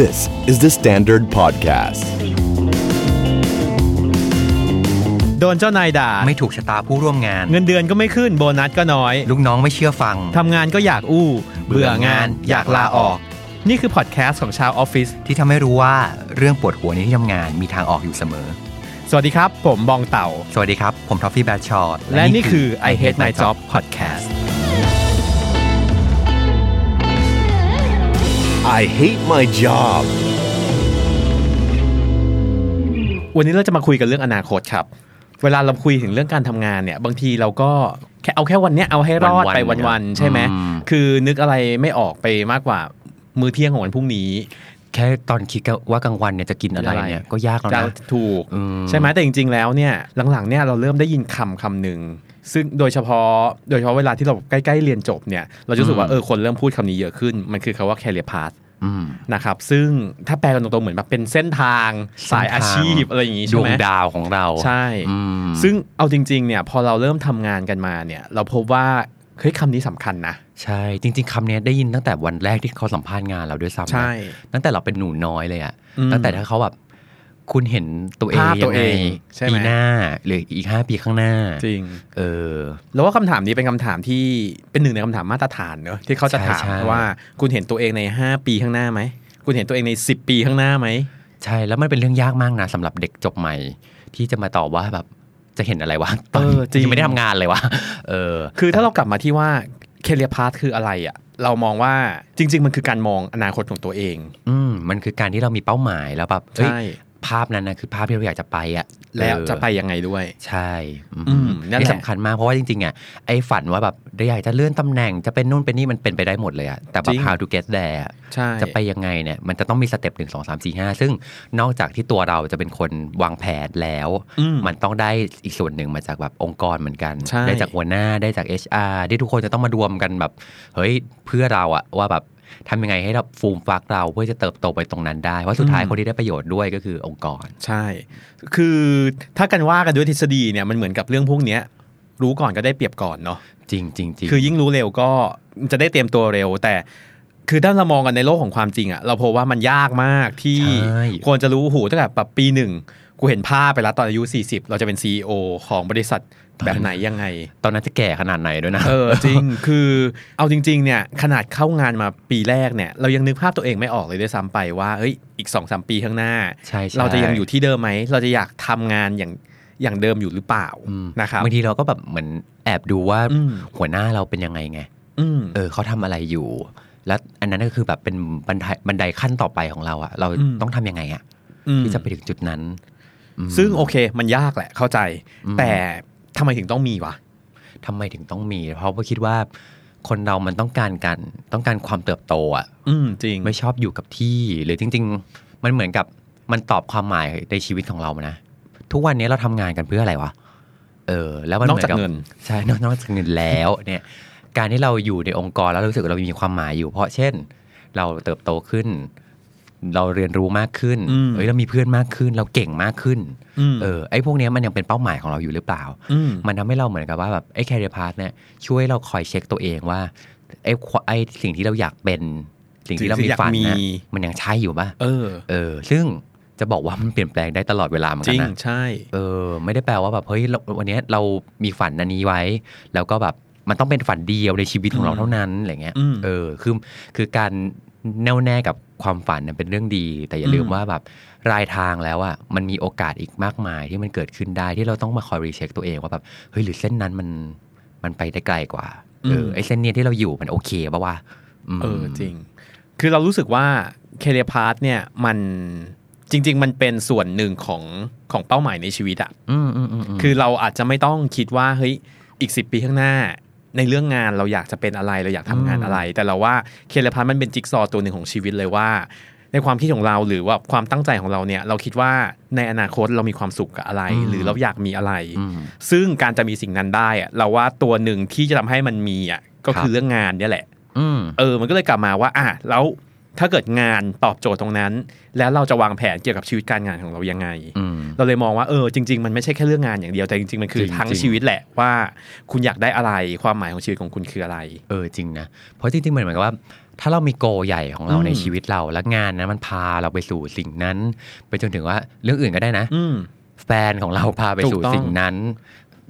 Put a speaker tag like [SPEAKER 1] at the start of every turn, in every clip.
[SPEAKER 1] This is the Standard Podcast.
[SPEAKER 2] โดนเจ้านายด่า
[SPEAKER 3] ไม่ถูกชะตาผู้ร่วมงาน
[SPEAKER 2] เงินเดือนก็ไม่ขึ้นโบนัสก็น้อย
[SPEAKER 3] ลูกน้องไม่เชื่อฟัง
[SPEAKER 2] ทำงานก็อยากอู้
[SPEAKER 3] เบื่
[SPEAKER 2] เบื่
[SPEAKER 3] อ
[SPEAKER 2] อาง
[SPEAKER 3] งาน น
[SPEAKER 2] อยากลาออก นี่คือพอดแคสต์ของชาวออฟฟิศ
[SPEAKER 3] ที่ทำให้รู้ว่าเรื่องปวดหัวในที่ทำงานมีทางออกอยู่เสมอ
[SPEAKER 2] สวัสดีครับ ผมบองเต่า
[SPEAKER 3] สวัสดีครับ ผมทอฟฟี่แบชชอร์
[SPEAKER 2] และนี่คือ I Hate My Job Podcast
[SPEAKER 1] I hate my job.
[SPEAKER 2] วันนี้เราจะมาคุยกันเรื่องอนาคตครับ เวลาเราคุยถึงเรื่องการทำงานเนี่ย บางทีเราก็แค่เอาแค่วันเนี้ยเอาให้รอดไปวันๆใช่ไหม
[SPEAKER 3] อื
[SPEAKER 2] คือนึกอะไรไม่ออกไปมากกว่ามื้อเที่ยงของวันพรุ่งนี้
[SPEAKER 3] แค่ตอนคิดว่ากลางวันเนี่ยจะกินอะไรเนี่ย ก็ยากแล้ว
[SPEAKER 2] จะ
[SPEAKER 3] นะ
[SPEAKER 2] ถูก
[SPEAKER 3] อืม
[SPEAKER 2] ใช่ไหมแต่จริง ๆ แล้วเนี่ยหลังๆเนี่ยเราเริ่มได้ยินคำคำหนึ่งซึ่งโดยเฉพาะโดยเฉพาะเวลาที่เราใกล้ๆเรียนจบเนี่ยเราจะรู้สึกว่าเออคนเริ่มพูดคำนี้เยอะขึ้น มันคือคำว่า career path
[SPEAKER 3] อืม
[SPEAKER 2] นะครับซึ่งถ้าแปลกันตรงๆเหมือนแบบเป็นเส้นทางสายอาชีพอะไรอย่างงี้
[SPEAKER 3] ด
[SPEAKER 2] ใช่
[SPEAKER 3] ว
[SPEAKER 2] ไห
[SPEAKER 3] ง
[SPEAKER 2] ม
[SPEAKER 3] ดาวของเรา
[SPEAKER 2] ใช่
[SPEAKER 3] อืม
[SPEAKER 2] ซึ่งเอาจริงๆเนี่ยพอเราเริ่มทำงานกันมาเนี่ยเราพบว่าเฮ้ยคำนี้สำคัญนะ
[SPEAKER 3] ใช่ จริง ๆคำเนี้ยได้ยินตั้งแต่วันแรกที่เขาสัมภาษณ์งานเราด้วยซ้ำนะ
[SPEAKER 2] ใช่
[SPEAKER 3] ตั้งแต่เราเป็นหนูน้อยเลยอะ
[SPEAKER 2] อืม
[SPEAKER 3] ตั้งแต่ถ้าเขาแบบคุณเห็นตัวเอง
[SPEAKER 2] ภาพตั
[SPEAKER 3] ยั
[SPEAKER 2] ว
[SPEAKER 3] งไง
[SPEAKER 2] เองใช่ไหม
[SPEAKER 3] ปีหน้าหรืออีกห้าปีข้างหน้า
[SPEAKER 2] จริง
[SPEAKER 3] เออ
[SPEAKER 2] แล้วว่าคำถามนี้เป็นคำถามที่เป็นหนึ่งในคำถามมาตรฐานเนอะที่เขาจะถาม
[SPEAKER 3] ใช่ใช่
[SPEAKER 2] ว่าคุณเห็นตัวเองใน 5 ปีข้างหน้าไหม คุณเห็นตัวเองใน 10 ปีข้างหน้าไหม
[SPEAKER 3] ใช่แล้วมันเป็นเรื่องยากมากนะสำหรับเด็กจบใหม่ ที่จะมาตอบว่าแบบจะเห็นอะไรวะ ตอน
[SPEAKER 2] เออจริง
[SPEAKER 3] ยังไม่ได้ทำงานเลยวะเออ
[SPEAKER 2] คือถ้าเรากลับมาที่ว่าเคเ e ียพา h คืออะไรอะเรามองว่าจริง ๆ มันคือการมองอนาคตของตัวเอง
[SPEAKER 3] อืมมันคือการที่เรามีเป้าหมายแล้วแบบเอ้ย
[SPEAKER 2] ใช่
[SPEAKER 3] ภาพนั้นนะคือภาพที่เราอยากจะไปอ่ะ
[SPEAKER 2] แล้ว
[SPEAKER 3] เออ
[SPEAKER 2] จะไปยังไงด้วย
[SPEAKER 3] ใช่อืม
[SPEAKER 2] อืมนั่นแหละ
[SPEAKER 3] นี่สำคัญมากเพราะว่าจริงๆอ่ะไอ้ฝันว่าแบบเราอยากจะเลื่อนตำแหน่งจะเป็นนู่นเป็นนี่มันเป็นไปได้หมดเลยอ่ะแต่แบบ how to get there อะ
[SPEAKER 2] ใช่
[SPEAKER 3] จะไปยังไงเนี่ยมันจะต้องมีสเต็ปหนึ่งสองสามสี่ห้าซึ่งนอกจากที่ตัวเราจะเป็นคนวางแผนแล้ว
[SPEAKER 2] อืม
[SPEAKER 3] มันต้องได้อีกส่วนหนึ่งมาจากแบบองค์กรเหมือนกัน
[SPEAKER 2] ใช่
[SPEAKER 3] ได้จากหัวหน้าได้จาก HR ที่ทุกคนจะต้องมารวมกันแบบ เฮ้ยเพื่อเราอะว่าแบบทำยังไงให้เราฟูมฟักเราเพื่อจะเติบโตไปตรงนั้นได้เพราะสุดท้ายคนที่ได้ประโยชน์ด้วยก็คือองค์กร
[SPEAKER 2] ใช่ คือถ้ากันว่ากันด้วยทฤษฎีเนี่ยมันเหมือนกับเรื่องพวกเนี้ยรู้ก่อนก็ได้เปรียบก่อนเนาะ
[SPEAKER 3] จริงจริงจริง
[SPEAKER 2] คือยิ่งรู้เร็วก็จะได้เตรียมตัวเร็ว แต่คือถ้าเรามองกันในโลกของความจริงอะเราพบว่ามันยากมากที่
[SPEAKER 3] ใช่
[SPEAKER 2] ควรจะรู้หูตั้งแต่แบบปีหนึ่งกูเห็นภาพไปแล้วตอนอายุ 40 เราจะเป็น CEO ของบริษัทแบบไหนยังไง
[SPEAKER 3] ตอนนั้นจะแก่ขนาดไหนด้วยนะ
[SPEAKER 2] เออจริง คือเอาจริง ๆ เนี่ยขนาดเข้างานมาปีแรกเนี่ย เรายังนึกภาพตัวเองไม่ออกเลยด้วยซ้ำไปว่าเอ้ยอีก2อสปีข้างหน้า
[SPEAKER 3] ใช่ใช่
[SPEAKER 2] เราจะยังอยู่ที่เดิมไหมเราจะอยากทำงานอย่างอย่างเดิมอยู่หรือเปล่า
[SPEAKER 3] อืม
[SPEAKER 2] นะครับ
[SPEAKER 3] บางทีเราก็แบบเหมือนแอบดูว่า
[SPEAKER 2] อืม
[SPEAKER 3] หัวหน้าเราเป็นยังไงไง
[SPEAKER 2] อืม
[SPEAKER 3] เออเขาทำอะไรอยู่ แล้วอันนั้นก็คือแบบเป็นบันไดบันไดขั้นต่อไปของเราอะเรา
[SPEAKER 2] อืม
[SPEAKER 3] ต้องทำยังไงอะ
[SPEAKER 2] อืม
[SPEAKER 3] ที่จะไปถึงจุดนั้นอืม
[SPEAKER 2] ซึ่งโอเคมันยากแหละเข้าใจ
[SPEAKER 3] อืม
[SPEAKER 2] แต่ทำไมถึงต้องมีวะ
[SPEAKER 3] ทำไมถึงต้องมี เพราะว่าคิดว่าคนเรามันต้องการการต้องการความเติบโตอ่ะ
[SPEAKER 2] อืมจริง
[SPEAKER 3] ไม่ชอบอยู่กับที่หรือจริง ๆ มันเหมือนกับมันตอบความหมายในชีวิตของเรานะ ทุกวันนี้เราทำงานกันเพื่ออะไรวะเออ แล้วมัน
[SPEAKER 2] นอกจาก
[SPEAKER 3] หมืบ
[SPEAKER 2] เงิน
[SPEAKER 3] ใช่น อกนอกจากเงินแล้วเนี่ย การที่เราอยู่ในองค์กรแล้วเรารู้สึกว่าเรามีความหมายอยู่ เพราะเช่น เราเติบโตขึ้น เราเรียนรู้มากขึ้น
[SPEAKER 2] อืม
[SPEAKER 3] เอ้ยเรามีเพื่อนมากขึ้น เราเก่งมากขึ้น
[SPEAKER 2] อืม
[SPEAKER 3] เออไอ้พวกเนี้ยมันยังเป็นเป้าหมายของเราอยู่หรือเปล่า
[SPEAKER 2] อืม
[SPEAKER 3] มันทำให้เราเหมือนกับว่าแบบไอ้แคริเอร์พาเนี่ยช่วยเราคอยเช็คตัวเองว่าไอ้ควไอ้สิ่งที่เราอยากเป็น สิ่งที่เรามีฝันนะมันยังใช่อยู่ปะ
[SPEAKER 2] เออ
[SPEAKER 3] เออ ซึ่งจะบอกว่ามันเปลี่ยนแปลงได้ตลอดเวลาเหมือน
[SPEAKER 2] จ
[SPEAKER 3] กั
[SPEAKER 2] ริ
[SPEAKER 3] น
[SPEAKER 2] ง
[SPEAKER 3] นะ
[SPEAKER 2] ใช่
[SPEAKER 3] เออ ไม่ได้แปลว่าแบบเฮ้ยเราวันเนี้ยเรามีฝันอันนี้ไว้ แล้วก็แบบมันต้องเป็นฝันเดียวในชีวิตของเราเท่านั้นอะไรเงี้ย
[SPEAKER 2] อืม
[SPEAKER 3] เออ คือ คือการแน่วแน่กับความฝันเนี่ยเป็นเรื่องดี แต่อย่าลืม
[SPEAKER 2] อืม
[SPEAKER 3] ว่าแบบรายทางแล้วอะมันมีโอกาสอีกมากมายที่มันเกิดขึ้นได้ที่เราต้องมาคอยรีเช็คตัวเองว่าแบบ เฮ้ย หรือเส้นนั้นมัน มันไปได้ไกลกว่า เออ ไอเส้นเนี้ยที่เราอยู่มันโอเคปะวะม
[SPEAKER 2] เออจริง คือเรารู้สึกว่าเคเ e พาร์ทเนี่ยมันจริง ๆ มันเป็นส่วนหนึ่งของของเป้าหมายในชีวิตอะ
[SPEAKER 3] อืมอืมอืมม
[SPEAKER 2] คือเราอาจจะไม่ต้องคิดว่าเฮ้ยอีก 10 ปีข้างหน้า ในเรื่องงานเราอยากจะเป็นอะไรเราอยากทำงานอะไร แต่เราว่าเคเ e พาร์ทมันเป็นจิ๊กซอว์ตัวหนึ่งของชีวิตเลยว่า ในความคิดของเราหรือว่าความตั้งใจของเราเนี่ยเราคิดว่าในอนาคตเรามีความสุขกับอะไร หรือเราอยากมีอะไร
[SPEAKER 3] อืม
[SPEAKER 2] ซึ่งการจะมีสิ่งนั้นได้อะเราว่าตัวหนึ่งที่จะทำให้มันมีอ่ะก็
[SPEAKER 3] ครับ
[SPEAKER 2] คือเรื่องงานเนี่ยแหละ
[SPEAKER 3] อืม
[SPEAKER 2] เออมันก็เลยกลับมาว่าอ่ะแล้วถ้าเกิดงานตอบโจทย์ตรงนั้น แล้วเราจะวางแผนเกี่ยวกับชีวิตการงานของเรายังไง
[SPEAKER 3] อืม
[SPEAKER 2] เราเลยมองว่าเออจริง ๆ มันไม่ใช่แค่เรื่องงานอย่างเดียวแต่จริงๆมันคือ
[SPEAKER 3] จริงๆ
[SPEAKER 2] ทั้งชีวิตแหละว่า คุณอยากได้อะไรความหมายของชีวิตของคุณคืออะไร
[SPEAKER 3] เออจริงนะ เพราะจริงๆเหมือนเหมือนกับว่า ถ้าเรามีโกใหญ่ของเรา
[SPEAKER 2] อืม
[SPEAKER 3] ในชีวิตเราและงานนั้นมันพาเราไปสู่สิ่งนั้น ไปจนถึงว่าเรื่องอื่นก็ได้นะ
[SPEAKER 2] อืม
[SPEAKER 3] แฟนของเราพาไป
[SPEAKER 2] ถูก
[SPEAKER 3] สู่
[SPEAKER 2] ต้อง
[SPEAKER 3] สิ่งนั้น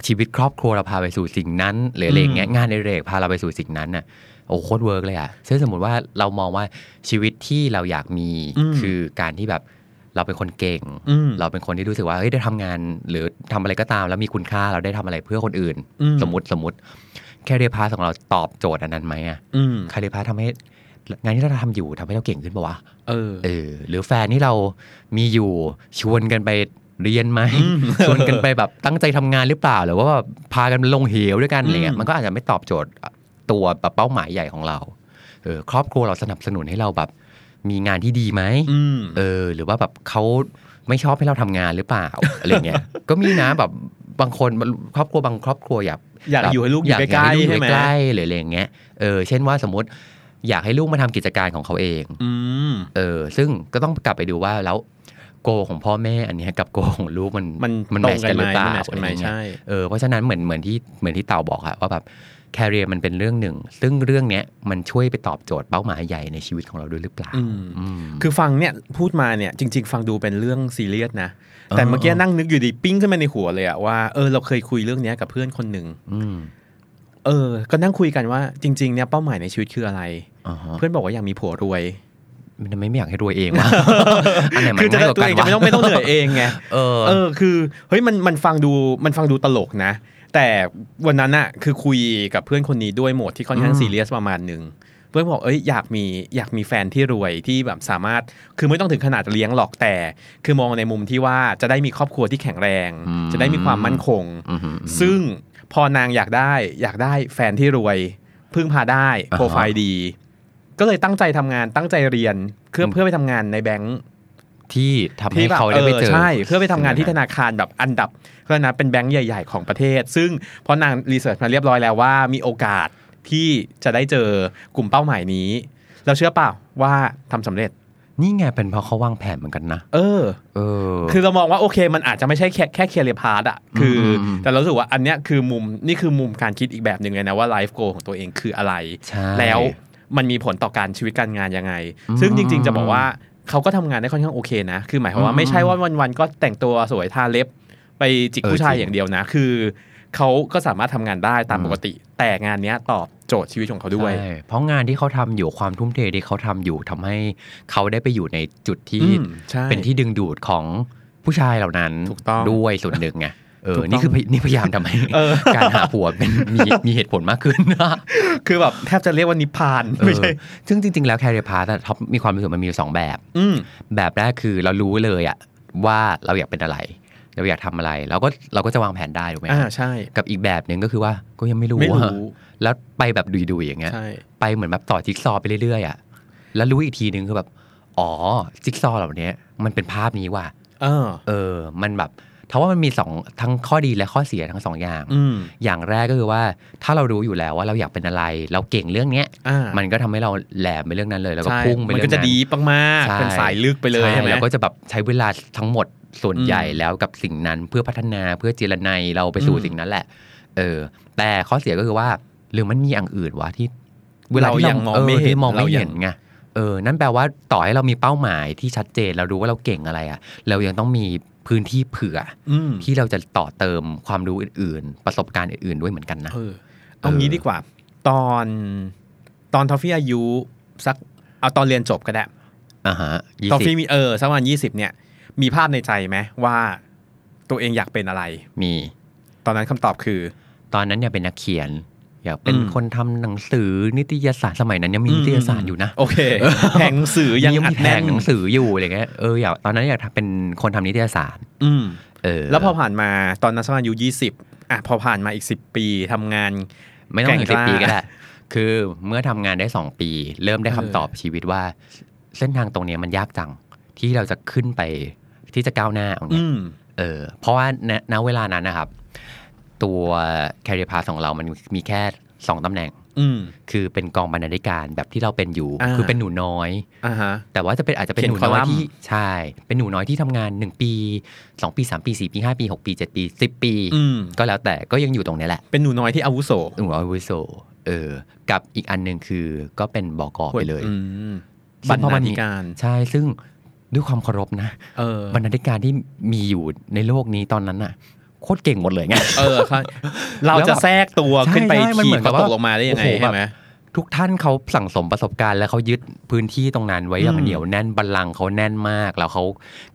[SPEAKER 3] ชีวิตครอบครัวเราพาไปสู่สิ่งนั้นหรืออะไรอย่างเงี้ย
[SPEAKER 2] อืม
[SPEAKER 3] งานในเรกพาเราไปสู่สิ่งนั้นน่ะโอ้โคตรเวิร์กเลยอ่ะซึ่งสมมติว่าเรามองว่าชีวิตที่เราอยากมีคือการที่แบบเราเป็นคนเก่ง
[SPEAKER 2] อืม
[SPEAKER 3] เราเป็นคนที่รู้สึกว่าเอ้ยได้ทำงาน หรือทำอะไรก็ตามแล้วมีคุณค่าเราได้ทำอะไรเพื่อคนอื่น
[SPEAKER 2] อืม
[SPEAKER 3] สมมติสมมติแคเรียพาของเราตอบโจทย์อันนั้นไหมอ่ะ
[SPEAKER 2] อืม
[SPEAKER 3] แคเรียพาทำให้งานที่เราทำอยู่ทำให้เราเก่งขึ้นปะวะ
[SPEAKER 2] เออ
[SPEAKER 3] เออหรือแฟนที่เรามีอยู่ชวนกันไปเรียนไหม
[SPEAKER 2] อืม
[SPEAKER 3] ชวนกันไปแบบตั้งใจทำงานหรือเปล่า หรือว่าแบบพากันลงเหวด้วยกันอะไรเงี้
[SPEAKER 2] อืม
[SPEAKER 3] ยมันก็อาจจะไม่ตอบโจทย์ตัวแบบเป้าหมายใหญ่ของเราเออครอบครัวเราสนับสนุนให้เราแบบมีงานที่ดีไหม
[SPEAKER 2] อืม
[SPEAKER 3] เออหรือว่าแบบเขาไม่ชอบให้เราทำงานหรือเปล่า อะไรเงี้ยก็มีนะแบบบางคนครอบครัวบางครอบครัวอยาก
[SPEAKER 2] อยากอยู่ให้ลูกอยู่ใกล้ๆใช่ไหม
[SPEAKER 3] ใกล้ๆหรืออะไรอย่างเงี้ย เออ เช่นว่าสมมติอยากให้ลูกมาทำกิจการของเขาเอง
[SPEAKER 2] อืม
[SPEAKER 3] เออ ซึ่งก็ต้องกลับไปดูว่าแล้วโกของพ่อแม่อันเนี้ยกับโกของลูกมัน
[SPEAKER 2] มัน
[SPEAKER 3] มัน
[SPEAKER 2] ตร
[SPEAKER 3] แม
[SPEAKER 2] ง
[SPEAKER 3] ช
[SPEAKER 2] กัน
[SPEAKER 3] กันหรือเปล่า
[SPEAKER 2] ไหมมัน match กันไหม
[SPEAKER 3] อะไรเงี้ย
[SPEAKER 2] ใช่
[SPEAKER 3] เออ เพราะฉะนั้นเหมือนเหมือนที่เหมือนที่เต่าบอกอะว่าแบบแคเรียมันเป็นเรื่องหนึ่ง ซึ่งเรื่องเนี้ยมันช่วยไปตอบโจทย์เป้าหมายใหญ่ในชีวิตของเราด้วยหรือเปล่า
[SPEAKER 2] อืม
[SPEAKER 3] อืม
[SPEAKER 2] คือฟังเนี่ยพูดมาเนี่ยจริง ๆ ฟังดูเป็นเรื่องซีเรียสนะ แต่
[SPEAKER 3] เออ
[SPEAKER 2] เมื่อกี้นั่งนึกอยู่ดีปิ้งขึ้นมาในหัวเลยอะว่าเออเราเคยคุยเรื่องเนี้ยกับเพื่อนคนหนึ่ง
[SPEAKER 3] ม
[SPEAKER 2] เออ ก็นั่งคุยกันว่าจริงๆเนี่ยเป้าหมายในชีวิตคืออะไร
[SPEAKER 3] อ่าฮะ
[SPEAKER 2] เพื่อนบอกว่าอยากมีผัวรวย
[SPEAKER 3] มันไม่ไม่อยากให้รวยเอง วะ อันไหนมัน
[SPEAKER 2] คือจะ
[SPEAKER 3] ง่ายกว่า
[SPEAKER 2] ตัว
[SPEAKER 3] กัน
[SPEAKER 2] เองจะ
[SPEAKER 3] วะ
[SPEAKER 2] ไม่ต้องไม่ต้องเหนื่ อยเองไง
[SPEAKER 3] เออ
[SPEAKER 2] เออคือเฮ้ยมันมันฟังดูมันฟังดูตลกนะ แต่วันนั้นอะคือคุยกับเพื่อนคนนี้ด้วยโหมดที่ค่อนข้าง
[SPEAKER 3] อืม
[SPEAKER 2] ซีเรียสประมาณหนึ่งเพื่อนบอกเอ้ยอยากมีอยากมีแฟนที่รวยที่แบบสามารถคือไม่ต้องถึงขนาดเลี้ยงหรอกแต่ คือมองในมุมที่ว่าจะได้มีครอบครัวที่แข็งแรง
[SPEAKER 3] อืม
[SPEAKER 2] จะได้มีความมั่นคง
[SPEAKER 3] อืมอืม
[SPEAKER 2] ซึ่งพอนางอยากได้อยากได้แฟนที่รวยพึ่งพาได้
[SPEAKER 3] อ่าฮะ
[SPEAKER 2] โปรไฟล์ดี ก็เลยตั้งใจทำงานตั้งใจเรียนเพื่อเพื่อไปทำงานในแบงก์
[SPEAKER 3] ที่ทำให้
[SPEAKER 2] ที่แบบ
[SPEAKER 3] เขาได้ไปเจอ
[SPEAKER 2] ใช่ เพื่อไปทำงานที่ธนาคารแบบอันดับก็นะเป็นแบงก์ใหญ่ ๆ ของประเทศ ซึ่งเพราะนางรีเสิร์ชมาเรียบร้อยแล้วว่ามีโอกาสที่จะได้เจอกลุ่มเป้าหมายนี้ เราเชื่อเปล่าว่าทำสำเร็จ
[SPEAKER 3] นี่ไงเป็นเพราะเขาวางแผนเหมือนกันนะ
[SPEAKER 2] เออ
[SPEAKER 3] เออ
[SPEAKER 2] คือเรามองว่าโอเค มันอาจจะไม่ใช่แค่แค่เคลียร์พาร์ตอะคือ
[SPEAKER 3] อืม
[SPEAKER 2] แต่เรารู้สึกว่าอันเนี้ยคือมุมนี่คือมุมการคิดอีกแบบหนึ่งเลยนะว่าไลฟ์โกของตัวเองคืออะไร
[SPEAKER 3] ใช่
[SPEAKER 2] แล้วมันมีผลต่อการชีวิตการงานยังไง
[SPEAKER 3] อืม
[SPEAKER 2] ซึ่งจริง ๆ จะบอกว่าเขาก็ทำงานได้ค่อนข้างโอเคนะ คือหมายความว่า
[SPEAKER 3] อืม
[SPEAKER 2] ไม่ใช่ว่าวันๆก็แต่งตัวสวยทาเล็บ ไปจิก
[SPEAKER 3] เออ
[SPEAKER 2] ผู้ชาย
[SPEAKER 3] จริง
[SPEAKER 2] อย่างเดียวนะ คือเขาก็สามารถทำงานได้ตามปกติ แต่งานเนี้ยตอบโจทย์ชีวิตของเขาด้วย
[SPEAKER 3] ใช่เพราะงานที่เขาทำอยู่ความทุ่มเทที่เขาทำอยู่ทำให้เขาได้ไปอยู่ในจุดที่
[SPEAKER 2] อืมใช่
[SPEAKER 3] เป็นที่ดึงดูดของผู้ชายเหล่านั้น
[SPEAKER 2] ถูกต้อง
[SPEAKER 3] ด้วยส่วนหนึ่งไงเอ
[SPEAKER 2] ถู
[SPEAKER 3] อ
[SPEAKER 2] ต้
[SPEAKER 3] ก
[SPEAKER 2] อง
[SPEAKER 3] นี่คือ พยนี่พยายามทำให้
[SPEAKER 2] เออ
[SPEAKER 3] การหาผัวเป็น มีมีเหตุผลมากขึ้นนะ
[SPEAKER 2] คือแบบแทบจะเรียกว่านิพพานไม่ใช่
[SPEAKER 3] เออซึ่งจริง ๆ แล้วแคริพาร์ทท็อปมีความรู้สึกมันมีอยู่สองแบบ
[SPEAKER 2] อืม
[SPEAKER 3] แบบแรกคือเรารู้เลยอะว่าเราอยากเป็นอะไร เราอยากทำอะไรเราก็เราก็จะวางแผนได้ถูกไหม
[SPEAKER 2] อ่า
[SPEAKER 3] ครับ
[SPEAKER 2] ใช่
[SPEAKER 3] กับอีกแบบหนึ่งก็คือว่าก็ยังไม่รู้
[SPEAKER 2] ไม่รู้
[SPEAKER 3] อะแล้วไปแบบดุยๆอย่างเงี้ย
[SPEAKER 2] ใช่
[SPEAKER 3] ไปเหมือนแบบต่อจิ๊กซอว์ไปเรื่อยๆอ่ะ แล้วรู้อีกทีนึงคือแบบ อ๋อ จิ๊กซอว์เหล่านี้มันเป็นภาพนี้ว่ะ
[SPEAKER 2] เออ
[SPEAKER 3] เออ มันแบบถ้าว่ามันมีสองทั้งข้อดีและข้อเสียทั้งสองอย่าง
[SPEAKER 2] อืม
[SPEAKER 3] อย่างแรกก็คือว่า ถ้าเรารู้อยู่แล้วว่าเราอยากเป็นอะไร เราเก่งเรื่องเนี้ย
[SPEAKER 2] อ่ามั
[SPEAKER 3] มันก็ทำให้เราแหลมไปเรื่องนั้นเลยแล้วก็
[SPEAKER 2] ใช่
[SPEAKER 3] พุ่งไป
[SPEAKER 2] มัน
[SPEAKER 3] เรื่องนั้
[SPEAKER 2] ก็
[SPEAKER 3] น
[SPEAKER 2] จะดีมากๆเป็นสายลึกไปเลยใช่ไหม
[SPEAKER 3] แล้วก็จะแบบใช้เวลาทั้งหมดส่วน
[SPEAKER 2] อืม
[SPEAKER 3] ใหญ่แล้วกับสิ่งนั้นเพื่อพัฒนาเพื่อเจรไนยเราไปสู่
[SPEAKER 2] อืม
[SPEAKER 3] สิ่งนั้นแหละ เออ แต่ข้อเสียก็คือว่าหรือมันมีอย่างอื่นวะที่ เวลาที่
[SPEAKER 2] เรายังมองไม่เห็น
[SPEAKER 3] ที่มองไม่
[SPEAKER 2] เรายัง
[SPEAKER 3] เห็นไงเออ นั่นแปลว่าต่อให้เรามีเป้าหมายที่ชัดเจนเรารู้ว่าเราเก่งอะไรอะเรายังต้องมีพื้นที่เผื่อ
[SPEAKER 2] อืม
[SPEAKER 3] อที่เราจะต่อเติมความรู้อื่นๆ ประสบการณ์อื่นๆด้วยเหมือนกันนะ
[SPEAKER 2] เออเอางี้ดีกว่า ตอนตอนทอฟฟี่อายุสักเอาตอนเรียนจบก็ได้
[SPEAKER 3] อ่าฮะยี่
[SPEAKER 2] ทอฟ
[SPEAKER 3] สิ
[SPEAKER 2] ฟี่
[SPEAKER 3] บ
[SPEAKER 2] มีเออสักวันยี่สิบเนี่ย มีภาพในใจไหมว่า ตัวเองอยากเป็นอะไร
[SPEAKER 3] มี
[SPEAKER 2] ตอนนั้นคำตอบคือ
[SPEAKER 3] ตอนนั้นอยากเป็นนักเขียน อยากเป็น
[SPEAKER 2] อืม
[SPEAKER 3] คนทำหนังสือนิตยสารสมัยนั้นยังมีนิตยสารอยู่นะ
[SPEAKER 2] โอ เคแผงหนังสือยังอั
[SPEAKER 3] มี
[SPEAKER 2] ด
[SPEAKER 3] แผ
[SPEAKER 2] แน่
[SPEAKER 3] ง
[SPEAKER 2] น
[SPEAKER 3] หนังสืออยู่อะไรเงี้ยเอออยากตอนนั้นอยากทำเป็นคนทำนิตยสาร
[SPEAKER 2] อืม
[SPEAKER 3] เออ
[SPEAKER 2] แล้วพอผ่านมาตอนนั้นสักวันอายุยี่สิบอ่ะพอผ่านมาอีกสิบปีทำงาน
[SPEAKER 3] ไม่ต้องถึง
[SPEAKER 2] แกร่
[SPEAKER 3] สิบ
[SPEAKER 2] งกล้า
[SPEAKER 3] ปีก็ได้คือเมื่อทำงานได้สองปี เริ่มได้คำ
[SPEAKER 2] เออ
[SPEAKER 3] ตอบชีวิตว่า เส้นทางตรงเนี้ยมันยากจังที่เราจะขึ้นไปที่จะก้าวหน้าอย่างเงี้ย
[SPEAKER 2] อืม
[SPEAKER 3] เออเพราะว่าณณเวลานั้นนะครับ ตัว career path ของเรามันมีแค่ 2ตำแหน่ง
[SPEAKER 2] อืม
[SPEAKER 3] คือเป็นกองบรรณาธิการแบบที่เราเป็นอยู่
[SPEAKER 2] อ่า
[SPEAKER 3] คือเป็นหนูน้อย
[SPEAKER 2] อ่าฮะ
[SPEAKER 3] แต่ว่าจะเป็นอาจจะเป็น
[SPEAKER 2] เขีย
[SPEAKER 3] ห
[SPEAKER 2] น
[SPEAKER 3] นูน้อย
[SPEAKER 2] column
[SPEAKER 3] ที่ใช่ เป็นหนูน้อยที่ทำงาน 1 ปี 2 ปี 3 ปี 4 ปี 5 ปี 6 ปี 7 ปี 10 ปี
[SPEAKER 2] อืม
[SPEAKER 3] ก็แล้วแต่ก็ยังอยู่ตรงเนี้ยแหละ
[SPEAKER 2] เป็นหนูน้อยที่อาวุโส
[SPEAKER 3] หนูน้อยอาวุโสเออ กับอีกอันหนึ่งคือก็เป็นบอกอไปเลย
[SPEAKER 2] อืม
[SPEAKER 3] ซึ่
[SPEAKER 2] บรรง
[SPEAKER 3] พอ
[SPEAKER 2] ณา
[SPEAKER 3] มันมี
[SPEAKER 2] ธิการ
[SPEAKER 3] ใช่ซึ่งด้วยความเคารพนะ
[SPEAKER 2] เออบ
[SPEAKER 3] รรณาธิการที่มีอยู่ในโลกนี้ตอนนั้นน่ะ โคตรเก่งหมดเลยไง
[SPEAKER 2] เออครับเรา
[SPEAKER 3] แล้ว
[SPEAKER 2] จะ
[SPEAKER 3] แบบ
[SPEAKER 2] แทรกตัว
[SPEAKER 3] ใช่
[SPEAKER 2] ขึ้นไป
[SPEAKER 3] ใช่มัน
[SPEAKER 2] ขี่
[SPEAKER 3] เหมือนกั
[SPEAKER 2] เขาต
[SPEAKER 3] บว่าก
[SPEAKER 2] ลงมาได้ยังไง
[SPEAKER 3] โอ้โห
[SPEAKER 2] ใช่ไหม
[SPEAKER 3] แบบ ทุกท่านเขาสั่งสมประสบการณ์ แล้วเขายึดพื้นที่ตรงนั้นไว้อย่า
[SPEAKER 2] อืม
[SPEAKER 3] งเหนียวแน่นบัลลังก์เขาแน่นมาก แล้วเขา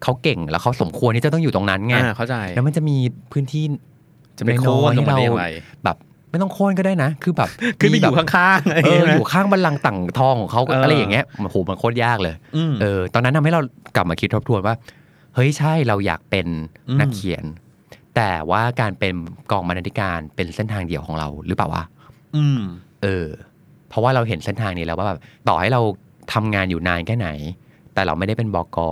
[SPEAKER 3] เขาเก่งแล้วเขาสมควรที่จะต้องอยู่ตรงนั้นไง
[SPEAKER 2] อ่าเข้าใจ
[SPEAKER 3] แล้วมันจะมีพื้นที่
[SPEAKER 2] จะไปโค่นลงมาได้อย่างไร
[SPEAKER 3] แบบไม่ต้องโค่นก็ได้นะ คือแบบ
[SPEAKER 2] ขึ้นไปอ
[SPEAKER 3] มี
[SPEAKER 2] ยู่
[SPEAKER 3] แบบ
[SPEAKER 2] ข้างๆอะไร
[SPEAKER 3] เออ
[SPEAKER 2] ใช่ไหม
[SPEAKER 3] อยู่ข้างบัลลังก์ต่างทองของเขา
[SPEAKER 2] เอออ
[SPEAKER 3] อะไรอย่างเงี้ยโอ้โหมันโคตรยากเลย
[SPEAKER 2] ม
[SPEAKER 3] เออ ตอนนั้นทำให้เรากลับมาคิดทบทวนว่า เฮ้ย ใช่ เราอยากเป็น
[SPEAKER 2] อืม
[SPEAKER 3] นักเขียน แต่ว่าการเป็นกองบรรณาธิการเป็นเส้นทางเดียวของเราหรือเปล่าวะ
[SPEAKER 2] อืม
[SPEAKER 3] เออ เพราะว่าเราเห็นเส้นทางนี้แล้วว่าแบบต่อให้เราทำงานอยู่นานแค่ไหน แต่เราไม่ได้เป็นบอกอ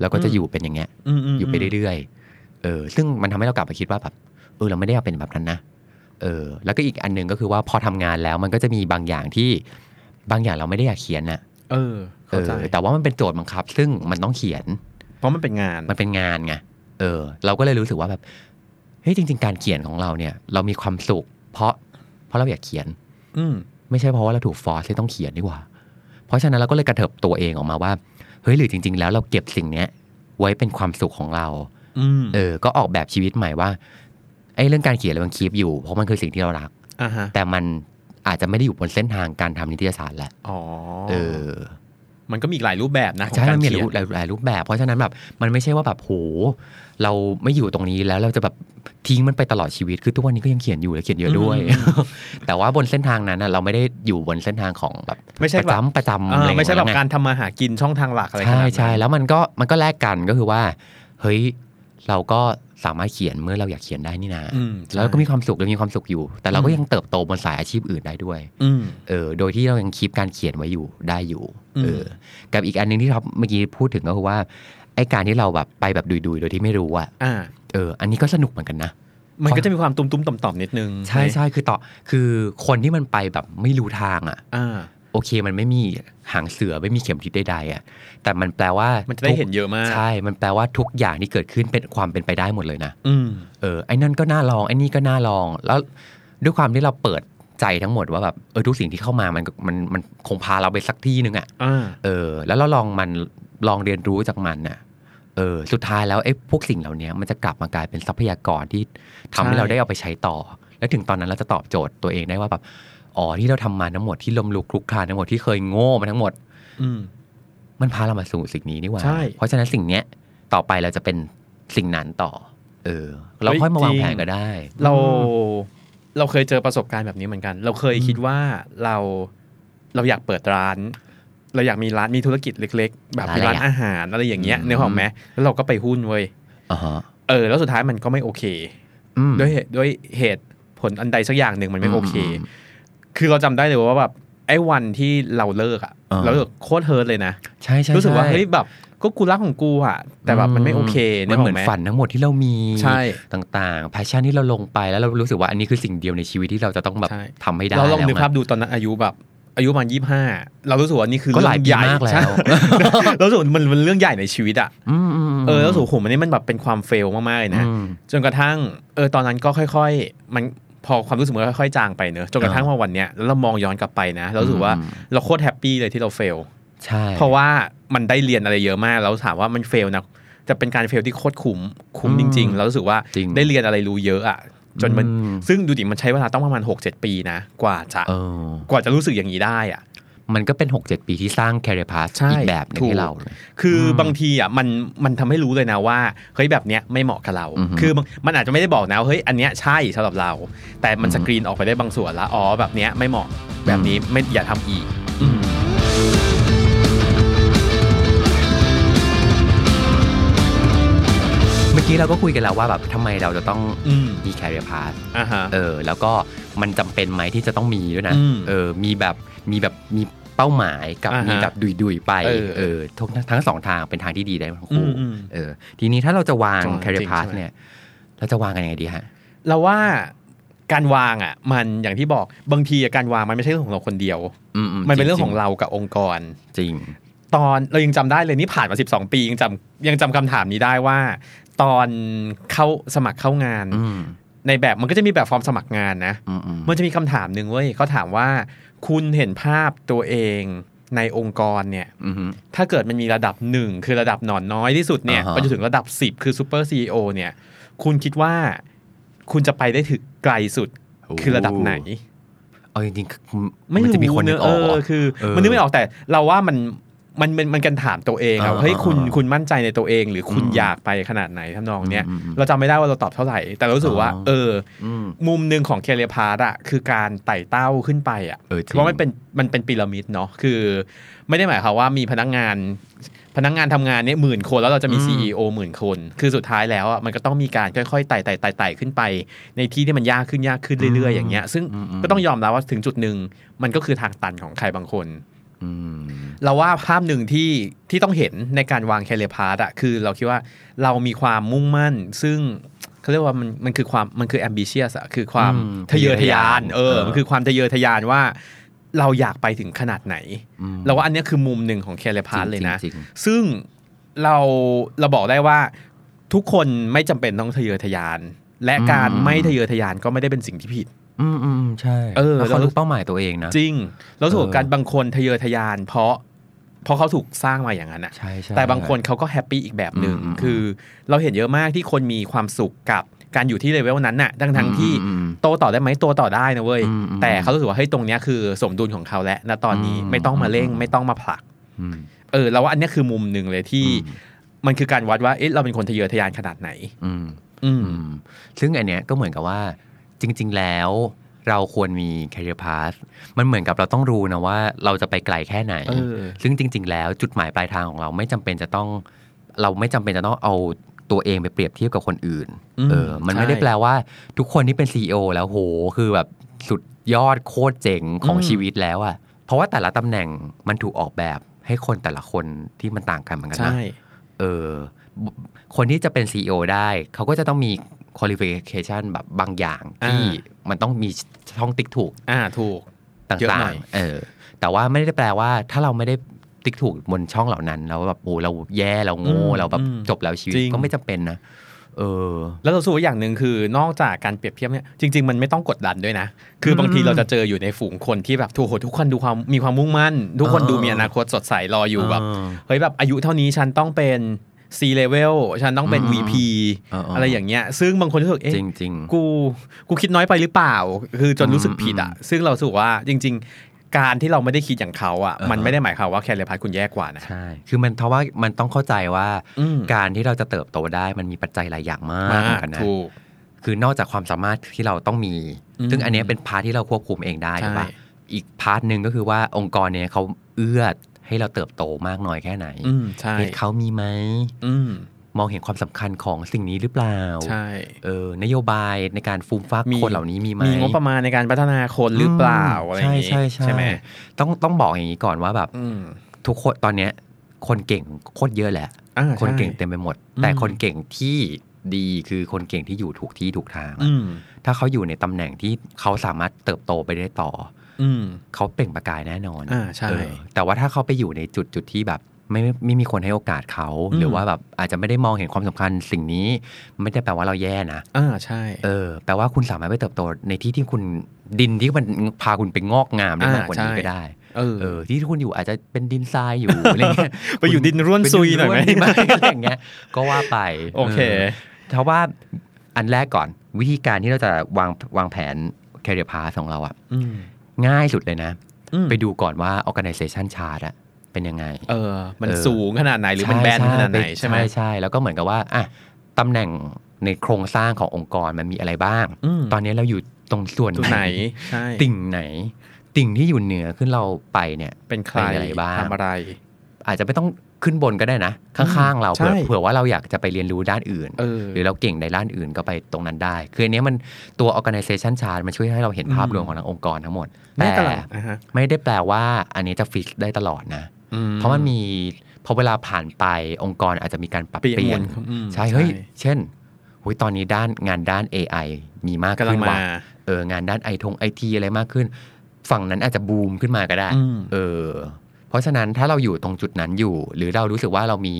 [SPEAKER 3] แล้วก็จะ
[SPEAKER 2] อืม
[SPEAKER 3] อยู่เป็นอย่างเงี้ย
[SPEAKER 2] อืมม
[SPEAKER 3] อยู่ไปเรื่อยๆ เออ ซึ่งมันทำให้เรากลับมาคิดว่าแบบ เออ เราไม่ได้อยากเป็นแบบนั้นนะ เออ แล้วก็อีกอันหนึ่งก็คือว่าพอทำงานแล้วมันก็จะมีบางอย่างที่บางอย่างเราไม่ได้อยากเขียนน่ะ
[SPEAKER 2] เออ
[SPEAKER 3] เอ
[SPEAKER 2] เข้า
[SPEAKER 3] อ
[SPEAKER 2] ใจ
[SPEAKER 3] แต่ว่ามันเป็นโจทย์บังคับ ซึ่งมันต้องเขียน
[SPEAKER 2] เพราะมันเป็นงาน
[SPEAKER 3] มันเป็นงานไง เออ เราก็เลยรู้สึกว่าแบบ เฮ้ย จริง ๆ การเขียนของเราเนี่ย เรามีความสุข เพราะ เพราะเราอยากเขียน
[SPEAKER 2] อืม
[SPEAKER 3] ไม่ใช่เพราะว่าเราถูกฟอร์สให้ต้องเขียนดีกว่า เพราะฉะนั้นเราก็เลยกระเถิบตัวเองออกมาว่า เฮ้ย หรือจริง ๆ แล้วเราเก็บสิ่งเนี้ย ไว้เป็นความสุขของเรา
[SPEAKER 2] อืม
[SPEAKER 3] เออ ก็ออกแบบชีวิตใหม่ว่า ไอ้เรื่องการเขียนเรายังคีบอยู่ เพราะมันคือสิ่งที่เรารัก
[SPEAKER 2] อ่าฮะ
[SPEAKER 3] แต่มันอาจจะไม่ได้อยู่บนเส้นทางการทำนิตยสารแหละ
[SPEAKER 2] อ๋อ
[SPEAKER 3] เออ
[SPEAKER 2] มันก็มีอีกหลายรูปแบบนะข
[SPEAKER 3] ใช่
[SPEAKER 2] อง
[SPEAKER 3] มั
[SPEAKER 2] กาน ร
[SPEAKER 3] มี
[SPEAKER 2] เขียน
[SPEAKER 3] หลายหลายรูปแบบ เพราะฉะนั้นแบบมันไม่ใช่ว่าแบบโหเราไม่อยู่ตรงนี้แล้วเราจะแบบทิ้งมันไปตลอดชีวิต คือทุกวันนี้ก็ยังเขียนอยู่และเขียนเยอะด้วย
[SPEAKER 2] อืม
[SPEAKER 3] แต่ว่าบนเส้นทางนั้นน่ะเราไม่ได้อยู่บนเส้นทางของแบบ
[SPEAKER 2] ไม่ใช่
[SPEAKER 3] ประ
[SPEAKER 2] แบบ
[SPEAKER 3] จำประจำ
[SPEAKER 2] เอ
[SPEAKER 3] อะ
[SPEAKER 2] อ
[SPEAKER 3] รอย่าง
[SPEAKER 2] ไม่ใช่แบบ
[SPEAKER 3] นั้นง
[SPEAKER 2] การทำมาหากินช่องทางหลักอะไรข
[SPEAKER 3] ใช่
[SPEAKER 2] นาดนั้น
[SPEAKER 3] ใช่แล้วมันก็มันก็แลกกันก็คือว่า เฮ้ยเราก็สามารถเขียนเมื่อเราอยากเขียนได้นี่นะ
[SPEAKER 2] อืม
[SPEAKER 3] แล้วก็
[SPEAKER 2] ใช่
[SPEAKER 3] มีความสุขเรามีความสุขอยู่ แต่เราก็ยังเติบโตบนสายอาชีพอื่นได้ด้วย
[SPEAKER 2] อืม
[SPEAKER 3] เออโดยที่เรายังคีปการเขียนไว้อยู่ได้อยู่
[SPEAKER 2] อืม
[SPEAKER 3] เออกับอีกอันหนึงที่ท็อปเมื่อกี้พูดถึงก็คือว่าไอการที่เราแบบไปแบบดุยๆ โดยที่ไม่รู้อะ
[SPEAKER 2] อ่า
[SPEAKER 3] เอออันนี้ก็สนุกเหมือนกันนะ
[SPEAKER 2] มัน
[SPEAKER 3] ความ
[SPEAKER 2] ก็จะมีความตุ้มตุ้มๆต่อมต่อมๆนิดนึง
[SPEAKER 3] ใช่ใช่คือต่อคือคนที่มันไปแบบไม่รู้ทางอะ
[SPEAKER 2] อ่า
[SPEAKER 3] โอเคมันไม่มีหางเสือไม่มีเข็มทิศใดๆอะแต่มันแปลว่า
[SPEAKER 2] มันจะได้
[SPEAKER 3] ทุก
[SPEAKER 2] เห็นเยอะมาก
[SPEAKER 3] ใช่ มันแปลว่าทุกอย่างที่เกิดขึ้นเป็นความเป็นไปได้หมดเลยนะ
[SPEAKER 2] อืม
[SPEAKER 3] เออไอ้นั่นก็น่าลองไอ้นี่ก็น่าลอง แล้วด้วยความที่เราเปิดใจทั้งหมดว่าแบบเออทุกสิ่งที่เข้ามามันมันมันคงพาเราไปสักที่หนึงอะ
[SPEAKER 2] อ่า
[SPEAKER 3] เออแล้วเราลองมันลองเรียนรู้จากมันน่ะเออสุดท้ายแล้วไอ้พวกสิ่งเหล่านี้มันจะกลับมากลายเป็นทรัพยากรที่ทำให้
[SPEAKER 2] ใช่
[SPEAKER 3] เราได้เอาไปใช้ต่อ และถึงตอนนั้นเราจะตอบโจทย์ตัวเองได้ว่าแบบอ๋อที่เราทำมาทั้งหมดที่ลมลุกคลุกคลานทั้งหมดที่เคยโง่มาทั้งหมด
[SPEAKER 2] อืม
[SPEAKER 3] มันพาเรามาสู่สิ่งนี้นี่หว่า
[SPEAKER 2] ใช่
[SPEAKER 3] เพราะฉะนั้นสิ่งเนี้ยต่อไปเราจะเป็นสิ่งนั้นต่อ เออ เรา
[SPEAKER 2] เฮ้ย
[SPEAKER 3] ค่อยมาวาง
[SPEAKER 2] จริง
[SPEAKER 3] แผนก็ได้
[SPEAKER 2] เราเราเคยเจอประสบการณ์แบบนี้เหมือนกัน เราเคยคิดว่าเราเราอยากเปิดร้าน เราอยากมีร้านมีธุรกิจเล็ก ๆ แบบมีร้าน
[SPEAKER 3] อะไรอะ
[SPEAKER 2] อาหารอะไรอย่างเงี้ย
[SPEAKER 3] อืม
[SPEAKER 2] เนื้อหอมไหมแล้วเราก็ไปหุ้นเว้ย
[SPEAKER 3] อ่าฮะ
[SPEAKER 2] เออแล้วสุดท้ายมันก็ไม่โอเค
[SPEAKER 3] อืม
[SPEAKER 2] ด้วยเหตุด้วยเหตุผลอันใดสักอย่างหนึ่งมันไม่
[SPEAKER 3] อืม
[SPEAKER 2] โอเค
[SPEAKER 3] อืม
[SPEAKER 2] คือเราจำได้เลยว่าแบบไอ้วันที่เราเลิกอะ
[SPEAKER 3] อ่า
[SPEAKER 2] เราเลิกโคตรเฮิร์ตเลยนะ
[SPEAKER 3] ใช่ใช่
[SPEAKER 2] รู้สึกว่า
[SPEAKER 3] ใช่
[SPEAKER 2] เฮ้ยแบบก็กูรักของกูอะแต่แบบมันไม่โอเค
[SPEAKER 3] มมันเหมือน
[SPEAKER 2] กไ
[SPEAKER 3] ฝันทั้งหมดที่เรามี
[SPEAKER 2] ใช่
[SPEAKER 3] ต่างๆ แพชชั่นที่เราลงไปแล้วเรารู้สึกว่าอันนี้คือสิ่งเดียวในชีวิตที่เราจะต้องแบบ
[SPEAKER 2] ใช่
[SPEAKER 3] ทำให้ได้
[SPEAKER 2] เราลองนึก
[SPEAKER 3] แวะ
[SPEAKER 2] ภาพดูตอนนั้นอายุแบบ อายุประมาณยี่ห้าเรารู้สึกว่านี่คือ
[SPEAKER 3] ก็
[SPEAKER 2] เรื่
[SPEAKER 3] หลาย
[SPEAKER 2] อง
[SPEAKER 3] ปี
[SPEAKER 2] ใหญ่
[SPEAKER 3] มากแล้ว
[SPEAKER 2] ใช่ เรารู้สึกว่ามันมันเรื่องใหญ่ในชีวิตอ่ะ
[SPEAKER 3] อืมมม
[SPEAKER 2] เออแล้วรู้สูผมอันนี้มันแบบเป็นความเฟลมากๆเลยนะ
[SPEAKER 3] อืม
[SPEAKER 2] จนกระทั่งเออตอนนั้นก็ค่อย ๆ มันพอความรู้สึกมันค่อยๆจางไปเนอะจนกระทั่งว่าวันเนี้ยแล้วเรามองย้อนกลับไปนะเรารู้สึกว่า
[SPEAKER 3] อืม
[SPEAKER 2] เราโคตรแฮปปี้เลยที่เราเฟล
[SPEAKER 3] ใช่
[SPEAKER 2] เพราะว่ามันได้เรียนอะไรเยอะมากแล้วถามว่ามันเฟลนะแต่เป็นการเฟลที่โคตรคุ้มคุ้มจริง ๆ เรารู้สึกว่า
[SPEAKER 3] จริง
[SPEAKER 2] ได้เรียนอะไรรู้เยอะอ่ะจนมัน
[SPEAKER 3] อืม
[SPEAKER 2] ซึ่งดูดิมันใช้เวลาต้องประมาณ6-7 ปีนะ กว่าจะ
[SPEAKER 3] เออก
[SPEAKER 2] ว่าจะรู้สึกอย่างนี้ได้อะ
[SPEAKER 3] มันก็เป็น 6 7 ปีที่สร้างแคริพาส
[SPEAKER 2] ใช่
[SPEAKER 3] อีกแบบหนึง
[SPEAKER 2] ถูก
[SPEAKER 3] ให้เรา
[SPEAKER 2] คืออบางทีอ่ะมันมันทำให้รู้เลยนะว่าเฮ้ยแบบเนี้ยไม่เหมาะกับเรา
[SPEAKER 3] อือฮึ
[SPEAKER 2] คือมันมันอาจจะไม่ได้บอกนะว่าเฮ้ยอันเนี้ยใช่สำหรับเรา แต่มันสกรีนออกไปได้บางส่วนละอ๋อแบบเนี้ยไม่เหมาะแบบนี้ไม่อย่าทำอีก
[SPEAKER 3] เมื่อกี้เราก็คุยกันแล้วว่าแบบทำไมเราจะต้อง
[SPEAKER 2] อืม
[SPEAKER 3] มีแคริพาส
[SPEAKER 2] อ่าฮะ
[SPEAKER 3] เออ แล้วก็มันจำเป็นไหมที่จะต้องมีด้วยนะ
[SPEAKER 2] อืม
[SPEAKER 3] เออมีแบบมีแบบมีเป้าหมายกับ
[SPEAKER 2] อ่าฮะ
[SPEAKER 3] มีแบบดุยดุยๆไป
[SPEAKER 2] เออ
[SPEAKER 3] เออทั้งทั้งสองทางเป็นทางที่ดีได้ทั้งคู่
[SPEAKER 2] อืมอืม
[SPEAKER 3] เออ ทีนี้ถ้าเราจะวาง
[SPEAKER 2] จริง
[SPEAKER 3] แคริพาส
[SPEAKER 2] จริง
[SPEAKER 3] เนี่ย เราจะวางกันยังไงดีฮะ
[SPEAKER 2] เราว่า การวางอ่ะ มันอย่างที่บอกบางทีอะการวางมันไม่ใช่เรื่องของเราคนเดียว
[SPEAKER 3] อื
[SPEAKER 2] มันเป็นเรื่องของเรากับองค์กร
[SPEAKER 3] จริง
[SPEAKER 2] ตอนเรายังจำได้เลยนี่ผ่านมา 12 ปียังจำยังจำคำถามนี้ได้ว่า ตอนเข้าสมัครเข้างาน
[SPEAKER 3] อืม
[SPEAKER 2] ในแบบมันก็จะมีแบบฟอร์มสมัครงานนะ
[SPEAKER 3] อืมอืม
[SPEAKER 2] มันจะมีคำถามหนึ่งเว้ยเขาถามว่า คุณเห็นภาพตัวเองในองค์กรเนี่ย
[SPEAKER 3] อืม
[SPEAKER 2] ถ้าเกิดมันมีระดับหนึ่งคือระดับหนอนน้อยที่สุดเนี่ย
[SPEAKER 3] อ่าฮะ
[SPEAKER 2] ไปจนถึงระดับ 10 คือซูเปอร์ซีอเนี่ย คุณคิดว่าคุณจะไปได้ถึงไกลสุดคือระดับไหน
[SPEAKER 3] เอาจริงๆคือ
[SPEAKER 2] ไม่
[SPEAKER 3] น
[SPEAKER 2] รู้
[SPEAKER 3] จะมีคนนึก
[SPEAKER 2] เอะ
[SPEAKER 3] ออก
[SPEAKER 2] เอ
[SPEAKER 3] เหรอ
[SPEAKER 2] อคือ
[SPEAKER 3] เออ
[SPEAKER 2] มันนึกไม่ออกแต่เราว่ามันมันมันมันกันถามตัวเองอะ
[SPEAKER 3] อ่า
[SPEAKER 2] เฮ้ยคุณ
[SPEAKER 3] อ่าอ่า
[SPEAKER 2] คุณมั่นใจในตัวเอง หรือคุณ
[SPEAKER 3] อืม
[SPEAKER 2] อยากไปขนาดไหนทำนองเนี้ย
[SPEAKER 3] อืมอืมอืม
[SPEAKER 2] เราจำไม่ได้ว่าเราตอบเท่าไหร่ แต่เรารู้สึกว่า
[SPEAKER 3] อ๋อ
[SPEAKER 2] เออ
[SPEAKER 3] อืม
[SPEAKER 2] มุมหนึ่งของเคเรียพาร์ตอะคือการไต่เต้าขึ้นไปอะ
[SPEAKER 3] เออจริง
[SPEAKER 2] เพราะมันเป็นมันเป็นพีระมิดเนาะคือ ไม่ได้หมายความว่ามีพนักงาน พนักงานทำงานเนี่ยหมื่นคนแล้วเราจะมี CEO หมื่นคน คือสุดท้ายแล้วอะมันก็ต้องมีการค่อยๆไต่ไต่ไต่ไต่ขึ้นไป ในที่ที่มันยากขึ้นยากขึ้นเรื่อยๆอย่างเงี้ยซึ่งก็ต้องยอมรับว่าถึงจุดหนึ่งมันก็คือทางตันของใครบางคน
[SPEAKER 3] อืม
[SPEAKER 2] เราว่าภาพหนึ่งที่ที่ต้องเห็นในการวางแคเรียพาร์ตอะคือเราคิดว่าเรามีความมุ่งมั่น ซึ่งเขาเรียกว่ามันมันคือความมันคือ ambitious อะคือความ
[SPEAKER 3] อืม
[SPEAKER 2] ทะเยอทะยาน
[SPEAKER 3] ทะเยอทะยาน
[SPEAKER 2] เออ
[SPEAKER 3] เออ
[SPEAKER 2] มันคือความทะเยอทะยานว่าเราอยากไปถึงขนาดไหน
[SPEAKER 3] อืม
[SPEAKER 2] เราว่าอันเนี้ยคือมุมหนึ่งของแคเรียพาร์ต
[SPEAKER 3] จริง
[SPEAKER 2] เลยนะ
[SPEAKER 3] จริง
[SPEAKER 2] ซึ่งเราเราบอกได้ว่าทุกคนไม่จำเป็นต้องทะเยอทะยาน และการ
[SPEAKER 3] อืม
[SPEAKER 2] ไม่ทะเยอทะยานก็ไม่ได้เป็นสิ่งที่ผิด
[SPEAKER 3] อืมอืมใช่
[SPEAKER 2] เออ
[SPEAKER 3] แล้ว
[SPEAKER 2] เรา
[SPEAKER 3] เขา
[SPEAKER 2] รู้
[SPEAKER 3] รู้เป้าหมายตัวเองนะ
[SPEAKER 2] จริง แล้วส่วน
[SPEAKER 3] เออ
[SPEAKER 2] การบางคนทะเยอทะยาน เพราะเพราะเขาถูกสร้างมาอย่างนั้นอะ
[SPEAKER 3] ใช่ใช่
[SPEAKER 2] แต่บางคนเขาก็แฮปปี้อีกแบบหนึ่ง
[SPEAKER 3] อืม
[SPEAKER 2] คือเราเห็นเยอะมากที่คนมีความสุขกับการอยู่ที่เลเวลนั้นน่ะทั้งทั้งๆที่
[SPEAKER 3] อืม
[SPEAKER 2] โตต่อได้ไหมโตต่อได้นะเว้ย
[SPEAKER 3] อืมอืม
[SPEAKER 2] แต่เขารู้สึกว่าเฮ้ยตรงเนี้ยคือสมดุลของเขาแล้วณตอนนี้
[SPEAKER 3] อืม
[SPEAKER 2] ไม่ต้องมาเร่ง
[SPEAKER 3] อืม
[SPEAKER 2] ไม่ต้องมาผลัก
[SPEAKER 3] อืม
[SPEAKER 2] เออเราว่าอันเนี้ยคือมุมหนึ่งเลยที่
[SPEAKER 3] อืม
[SPEAKER 2] มันคือการวัดว่าเอ๊ะเราเป็นคนทะเยอทะยานขนาดไหน
[SPEAKER 3] อืม
[SPEAKER 2] อืม
[SPEAKER 3] อืมซึ่งอันเนี้ยก็เหมือนกับว่าจริง ๆ แล้ว เราควรมี career path มันเหมือนกับเราต้องรู้นะว่าเราจะไปไกลแค่ไหน
[SPEAKER 2] เออ
[SPEAKER 3] ซึ่งจริง ๆ แล้วจุดหมายปลายทางของเราไม่จำเป็นจะต้อง เราไม่จำเป็นจะต้องเอาตัวเองไปเปรียบเทียบกับคนอื่น
[SPEAKER 2] อืม
[SPEAKER 3] เออ มันไม่ได้
[SPEAKER 2] ใช่
[SPEAKER 3] แปลว่าทุกคนที่เป็น CEO แล้วโห คือแบบสุดยอดโคตรเจ๋งของ
[SPEAKER 2] อืม
[SPEAKER 3] ชีวิตแล้วอะเพราะว่าแต่ละตำแหน่งมันถูกออกแบบให้คนแต่ละคนที่มันต่างกันเหมือนกันนะ
[SPEAKER 2] ใช่
[SPEAKER 3] เออบุคนที่จะเป็น CEO ได้ เขาก็จะต้องมี qualification แบบบางอย่าง
[SPEAKER 2] อ่า
[SPEAKER 3] ที่มันต้องมีช่องติ๊กถูก
[SPEAKER 2] อ่าถูก เยอะ
[SPEAKER 3] ต่า
[SPEAKER 2] หน่อย
[SPEAKER 3] งๆเออแต่ว่าไม่ได้แปลว่าถ้าเราไม่ได้ติ๊กถูกบนช่องเหล่านั้น แล้วแบบโอ้เราแย่เราโง่ เราแบบจบแล้วชีวิต ก็ไม่จำเป็นนะ เออ
[SPEAKER 2] แล้วเราสู้ว่าอย่างหนึ่งคือนอกจากการเปรียบเทียบเนี่ยจริง ๆ มันไม่ต้องกดดันด้วยนะ คือบางทีเราจะเจออยู่ในฝูงคนที่แบบทุกคนทุกคนดูความมีความมุ่งมั่น ทุกคน
[SPEAKER 3] เออ
[SPEAKER 2] ดูมีอนาคตสดใสรออยู่แบบ
[SPEAKER 3] เ
[SPEAKER 2] เฮ้ยแบบอายุเท่านี้ฉันต้องเป็น C level ฉันต้องเป็น
[SPEAKER 3] อืม
[SPEAKER 2] VP
[SPEAKER 3] เออเอออ
[SPEAKER 2] อะไรอย่างเงี้ย ซึ่งบางคนรู้สึกเอ๊ะ
[SPEAKER 3] จริงจริง
[SPEAKER 2] กูกูคิดน้อยไปหรือเปล่า คือจนรู้สึกผิดอ่ะ ซึ่งเราสู้ว่าจริง ๆ การที่เราไม่ได้คิดอย่างเขาอ่ะ
[SPEAKER 3] เออ
[SPEAKER 2] มันไม่ได้หมายความว่าแคลร์พัทคุณแย่กว่านะ
[SPEAKER 3] ใช่ คือมันเพราะว่ามันต้องเข้าใจว่า
[SPEAKER 2] อืม
[SPEAKER 3] การที่เราจะเติบโตได้มันมีปัจจัยหลายอย่างมากเหมือนกันนะ
[SPEAKER 2] ถูก
[SPEAKER 3] คือนอกจากความสามารถที่เราต้องมี
[SPEAKER 2] อืม
[SPEAKER 3] ซึ่งอันเนี้ยเป็นพาร์ทที่เราควบคุมเองได้
[SPEAKER 2] ใช่
[SPEAKER 3] ถูกปะอีกพาร์ทหนึ่งก็คือว่าองค์กรเนี่ยเขาเอื้อให้เราเติบโตมากน้อยแค่ไหน
[SPEAKER 2] อืมใช่
[SPEAKER 3] เพจเขามีไหม
[SPEAKER 2] อืม
[SPEAKER 3] มองเห็นความสำคัญของสิ่งนี้หรือเปล่า
[SPEAKER 2] ใช่
[SPEAKER 3] เออนโยบายในการฟูมฟัก
[SPEAKER 2] มี
[SPEAKER 3] คนเหล่านี้มีไหม
[SPEAKER 2] มีงบประมาณในการพัฒนาคนหรือเปล่าอะไรอย่างงี้
[SPEAKER 3] ใช่ใช่
[SPEAKER 2] ไหม
[SPEAKER 3] ต้องต้องบอกอย่างนี้ก่อนว่าแบบ
[SPEAKER 2] อืม
[SPEAKER 3] ทุกคนตอนเนี้ยคนเก่งโคตรเยอะแหละ
[SPEAKER 2] อ่าใช่
[SPEAKER 3] คนเก่งเต็มไปหมด
[SPEAKER 2] อืม
[SPEAKER 3] แต่คนเก่งที่ดีคือคนเก่งที่อยู่ถูกที่ถูกทางอะ
[SPEAKER 2] อืม
[SPEAKER 3] ถ้าเขาอยู่ในตำแหน่งที่เขาสามารถเติบโตไปได้ต่อ
[SPEAKER 2] อืม
[SPEAKER 3] เขาเปล่งประกายแน่นอน
[SPEAKER 2] อ่าใช่
[SPEAKER 3] เออแต่ว่าถ้าเขาไปอยู่ในจุดจุดที่แบบ ไม่ไม่ไม่มีคนให้โอกาสเขา
[SPEAKER 2] อืม
[SPEAKER 3] หรือว่าแบบอาจจะไม่ได้มองเห็นความสำคัญสิ่งนี้ ไม่ได้แปลว่าเราแย่นะ
[SPEAKER 2] อ่าใช่
[SPEAKER 3] เออแปลว่าคุณสามารถไปเติบโตในที่ที่คุณดินที่มันพาคุณไปงอกงามได้มากกว่านี้
[SPEAKER 2] อ่าใช่
[SPEAKER 3] ก็ได้
[SPEAKER 2] เออ
[SPEAKER 3] เออ ที่คุณอยู่อาจจะเป็นดินทรายอยู่ อะไรเงี้ย
[SPEAKER 2] ไปอยู่ดินร่วนซุยหน่อยไหม
[SPEAKER 3] ปดิร่วดีอะไรอย่างเงี้ย ก็ว่าไป
[SPEAKER 2] โอเค
[SPEAKER 3] ออ เพราะว่าอันแรกก่อนวิธีการที่เราจะวางวางแผน career path ของเราอะ
[SPEAKER 2] อืม
[SPEAKER 3] ง่ายสุดเลยนะ
[SPEAKER 2] อืม
[SPEAKER 3] ไปดูก่อนว่า organization chart อะเป็นยังไง
[SPEAKER 2] เออ มัน
[SPEAKER 3] เออ
[SPEAKER 2] สูงขนาดไหนหรือมัน
[SPEAKER 3] ใช่
[SPEAKER 2] แบน
[SPEAKER 3] ใช่
[SPEAKER 2] ขนาดไหน
[SPEAKER 3] ป
[SPEAKER 2] ใช่ไหม
[SPEAKER 3] ใช่ใช่แล้วก็เหมือนกับว่าอะตำแหน่งในโครงสร้างขององค์กรมันมีอะไรบ้าง
[SPEAKER 2] อืม
[SPEAKER 3] ตอนนี้เราอยู่ตรงส่วน
[SPEAKER 2] ตัวไหนใช่
[SPEAKER 3] ติ่งไหน ติ่งที่อยู่เหนือขึ้นเราไปเนี่ย
[SPEAKER 2] เป็นใคร
[SPEAKER 3] เป็นอะไรบ้าง
[SPEAKER 2] ทำอะไร
[SPEAKER 3] อาจจะไม่ต้องขึ้นบนก็ได้นะ ข้างๆเรา
[SPEAKER 2] ใช่
[SPEAKER 3] เผื่อเผื่อว่าเราอยากจะไปเรียนรู้ด้านอื่น
[SPEAKER 2] เออ
[SPEAKER 3] หรือเราเก่งในด้านอื่นก็ไปตรงนั้นได้ คืออันเนี้ยมันตัว organization chart มันช่วยให้เราเห็นภาพ
[SPEAKER 2] อืม
[SPEAKER 3] รวมของทั้งองค์กรทั้งหมด
[SPEAKER 2] แต่
[SPEAKER 3] แต่
[SPEAKER 2] ตลาดอ่ะฮะ
[SPEAKER 3] ไม่ได้แปลว่าอันนี้จะฟิกได้ตลอดนะ
[SPEAKER 2] อื
[SPEAKER 3] เพราะมันมีพอเวลาผ่านไปองค์กรอาจจะมีการปรับ
[SPEAKER 2] เปลี่ยน
[SPEAKER 3] เปลี่ยน
[SPEAKER 2] อืม
[SPEAKER 3] ใช่เฮ้ย เช่นหุยตอนนี้ด้านงานด้าน AI มีมาก
[SPEAKER 2] กำลั
[SPEAKER 3] ขึ้
[SPEAKER 2] ง
[SPEAKER 3] น
[SPEAKER 2] มา
[SPEAKER 3] ว่ะ เอองานด้านไอทงไอทีอะไรมากขึ้น ฝั่งนั้นอาจจะบูมขึ้นมาก็ได้
[SPEAKER 2] อืม
[SPEAKER 3] เออ เพราะฉะนั้นถ้าเราอยู่ตรงจุดนั้นอยู่ หรือเรารู้สึกว่าเรามี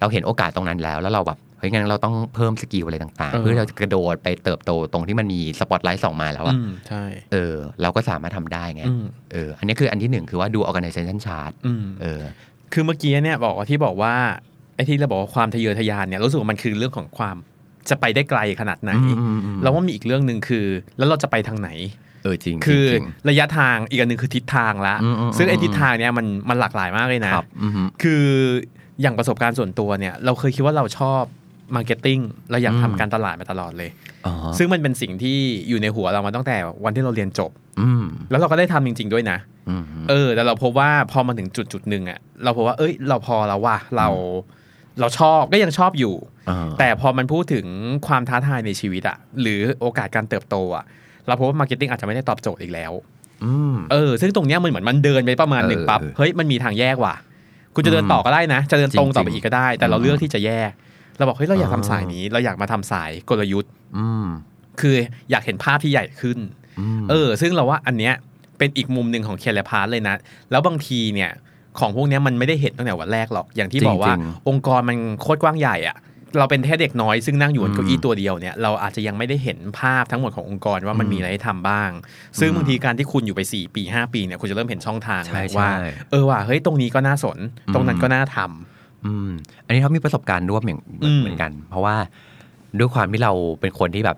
[SPEAKER 3] เราเห็นโอกาสตรงนั้นแล้ว แล้วเราแบบเฮ้ยงั้นเราต้องเพิ่มสกิลอะไรต่าง
[SPEAKER 2] เอ
[SPEAKER 3] ๆ
[SPEAKER 2] อ
[SPEAKER 3] เพื่อเราจะกระโดดไปเติบโตตรงที่มันมีสปอตไลท์ส่องมาแล้วอะ
[SPEAKER 2] อืมใช่
[SPEAKER 3] เออ เราก็สามารถทำได้ไง
[SPEAKER 2] อืม
[SPEAKER 3] เอออันนี้คืออันที่หนึ่งคือว่าดู organization chart
[SPEAKER 2] อืม
[SPEAKER 3] เออ
[SPEAKER 2] คือเมื่อกี้เนี่ยบอกว่าที่บอกว่าไอ้ที่เราบอกว่าความทะเยอทะยานเนี่ยรู้สึกว่ามันคือเรื่องของความจะไปได้ไกลขนาดไหน
[SPEAKER 3] อืมอืมอืม
[SPEAKER 2] เราว่ามีอีกเรื่องหนึ่งคือ แล้วเราจะไปทางไหน
[SPEAKER 3] เออจริงๆ
[SPEAKER 2] คือ
[SPEAKER 3] จริง
[SPEAKER 2] ระยะทางอีกอันหนึ่งคือทิศทางละ
[SPEAKER 3] อืมอืม
[SPEAKER 2] ซึ่งไอ้
[SPEAKER 3] อืม
[SPEAKER 2] ทิศทางเนี่ยมันมันหลากหลายมากเลย
[SPEAKER 3] ๆ
[SPEAKER 2] นะ
[SPEAKER 3] ครับอือฮึ
[SPEAKER 2] คืออย่างประสบการณ์ส่วนตัวเนี่ย เราเคยคิดว่าเราชอบมาร์เก็ตติ้งเราอยากทำ
[SPEAKER 3] อืม
[SPEAKER 2] การตลาดมาตลอดเลย
[SPEAKER 3] อ๋อ
[SPEAKER 2] ซึ่งมันเป็นสิ่งที่อยู่ในหัวเรามาตั้งแต่วันที่เราเรียนจบ
[SPEAKER 3] อืม
[SPEAKER 2] แล้วเราก็ได้ทำจริง ๆด้วยนะ
[SPEAKER 3] อืม
[SPEAKER 2] เออแต่เราพบว่าพอมาถึงจุดจุดหนึ่งอะเราพบว่าเอ้ย เราพอแล้วว่ะเรา เราชอบก็ยังชอบอยู่
[SPEAKER 3] อ่า
[SPEAKER 2] แต่พอมันพูดถึงความท้าทายในชีวิตอะหรือโอกาสการเติบโตอะเราพบว่ามาร์เก็ตติ้งอาจจะไม่ได้ตอบโจทย์อีกแล้ว
[SPEAKER 3] อืม
[SPEAKER 2] เออซึ่งตรงเนี้ยมันเหมือนมันเดินไปประมาณหนึ่ง
[SPEAKER 3] เออ
[SPEAKER 2] ปั๊บเฮ้ยมันมีทางแยกว่ะ คุณจะเดินต่อก็ได้นะ จะเดินตรงต่อไปอีกก็ได้ แต่เราเลือกที่จะแยก เราบอกเฮ้ยเราอยากทำ
[SPEAKER 3] อ่า
[SPEAKER 2] สายนี้ เราอยากมาทำสายกลยุทธ์
[SPEAKER 3] อืม
[SPEAKER 2] คืออยากเห็นภาพที่ใหญ่ขึ้น
[SPEAKER 3] อืม
[SPEAKER 2] เออซึ่งเราว่าอันเนี้ยเป็นอีกมุมหนึ่งของเคเลพาร์เลยนะ แล้วบางทีเนี่ยของพวกเนี้ยมันไม่ได้เห็นตั้งแต่วันแรกหรอกอย่างที่บอกว่า
[SPEAKER 3] จริง
[SPEAKER 2] องค์กรมันโคตรกว้างใหญ่อะเราเป็นแค่เด็กน้อยซึ่งนั่งอยู่บนเก้าอี้
[SPEAKER 3] อืม
[SPEAKER 2] ตัวเดียวเนี่ยเราอาจจะยังไม่ได้เห็นภาพทั้งหมดขององค์กรว่ามัน
[SPEAKER 3] อืม
[SPEAKER 2] มีอะไรให้ทำบ้าง ซึ่ง
[SPEAKER 3] อืม
[SPEAKER 2] บางทีการที่คุณอยู่ไป 4 ปี 5 ปีเนี่ยคุณจะเริ่มเห็นช่องทาง
[SPEAKER 3] ใช่
[SPEAKER 2] แล้ว
[SPEAKER 3] ใช่
[SPEAKER 2] ว่า เออว่ะเฮ้ยตรงนี้ก็น่าสน ตรงนั้น
[SPEAKER 3] อืม
[SPEAKER 2] ก็น่าทำ
[SPEAKER 3] อืมอันนี้เขามีประสบการณ์ร่วมอย่าง
[SPEAKER 2] อืม
[SPEAKER 3] เหมือนกัน เพราะว่าด้วยความที่เราเป็นคนที่แบบ